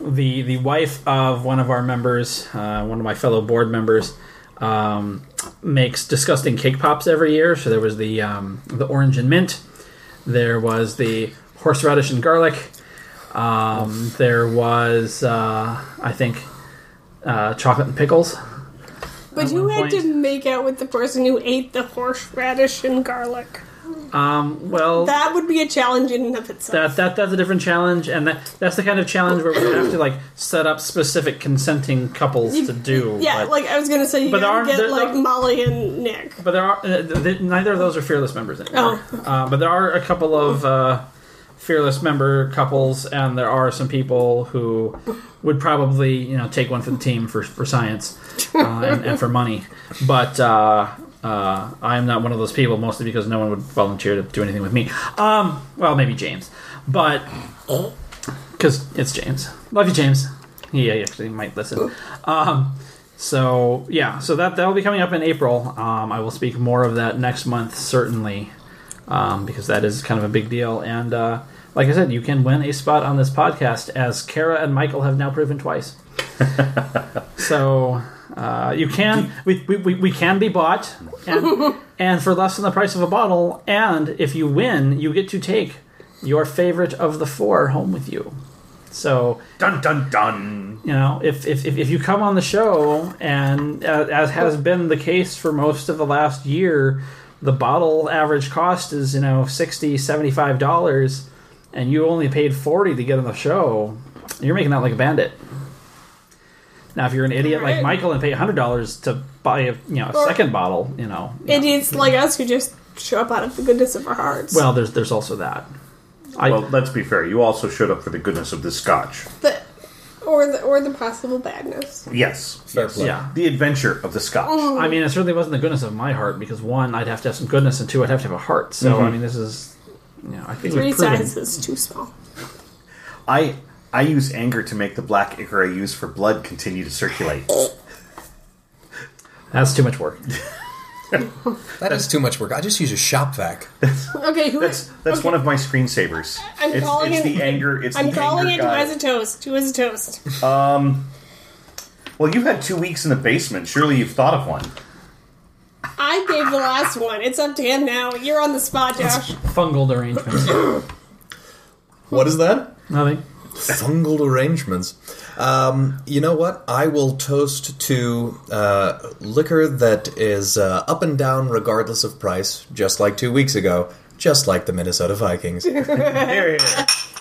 the the wife of one of our members, uh, one of my fellow board members, um, makes disgusting cake pops every year. So there was the um, the orange and mint. There was the horseradish and garlic. Um, there was uh, I think uh, chocolate and pickles. But who one had to point- make out with the person who ate the horseradish and garlic? Um, well, that, That would be a challenge in and of itself. that that's a different challenge, and that that's the kind of challenge where we have to like set up specific consenting couples to do. yeah, but, like I was gonna say, you But there gotta aren't- get there- like there- Molly and Nick. but there are uh, th- th- neither of those are fearless members anymore. Uh, but there are a couple of uh, fearless member couples, and there are some people who would probably you know take one for the team for for science uh, and, and for money, but. Uh, uh, I am not one of those people, mostly because no one would volunteer to do anything with me. Um, well, maybe James, but because it's James. Love you, James. He actually might listen. Um, so yeah, so that that'll be coming up in April. Um, I will speak more of that next month, certainly, um, because that is kind of a big deal. And uh, like I said, you can win a spot on this podcast, as Kara and Michael have now proven twice. so uh, you can we, we, we, we can be bought and, and for less than the price of a bottle and if you win you get to take your favorite of the four home with you so Dun dun dun. you know if if, if, if you come on the show and uh, as has been the case for most of the last year the bottle average cost is you know 60 75 dollars and you only paid 40 to get on the show you're making out like a bandit now if you're an idiot like Right. michael and pay $100 to buy a you know a Or- second bottle you know And it's like us who just show up out of the goodness of our hearts. well there's there's also that I, Well, let's be fair. You also showed up for the goodness of the scotch. the, or the or the possible badness. Yes. Fair play. yeah The adventure of the scotch. Oh. I mean, it certainly wasn't the goodness of my heart because one, I'd have to have some goodness, and two, I'd have to have a heart. So I mean, this is, you know, I think Mm-hmm. Three we've proven. sizes too small. I I use anger to make the black ichor I use for blood continue to circulate. That's too much work. That is too much work. I just use a shop vac. Okay, who That's that's okay, one of my screensavers. I'm it's, calling it's it- the anger. It's I'm the calling it anger who guy. has a toast. Who has a toast? Well, you've had two weeks in the basement. Surely you've thought of <laughs> one. I gave the last one. It's up to him now. You're on the spot, Josh. Fungal derangement. What is that? Nothing. Fungal arrangements. Um, you know what? I will toast to uh, liquor that is uh, up and down regardless of price, just like two weeks ago, just like the Minnesota Vikings. There it is.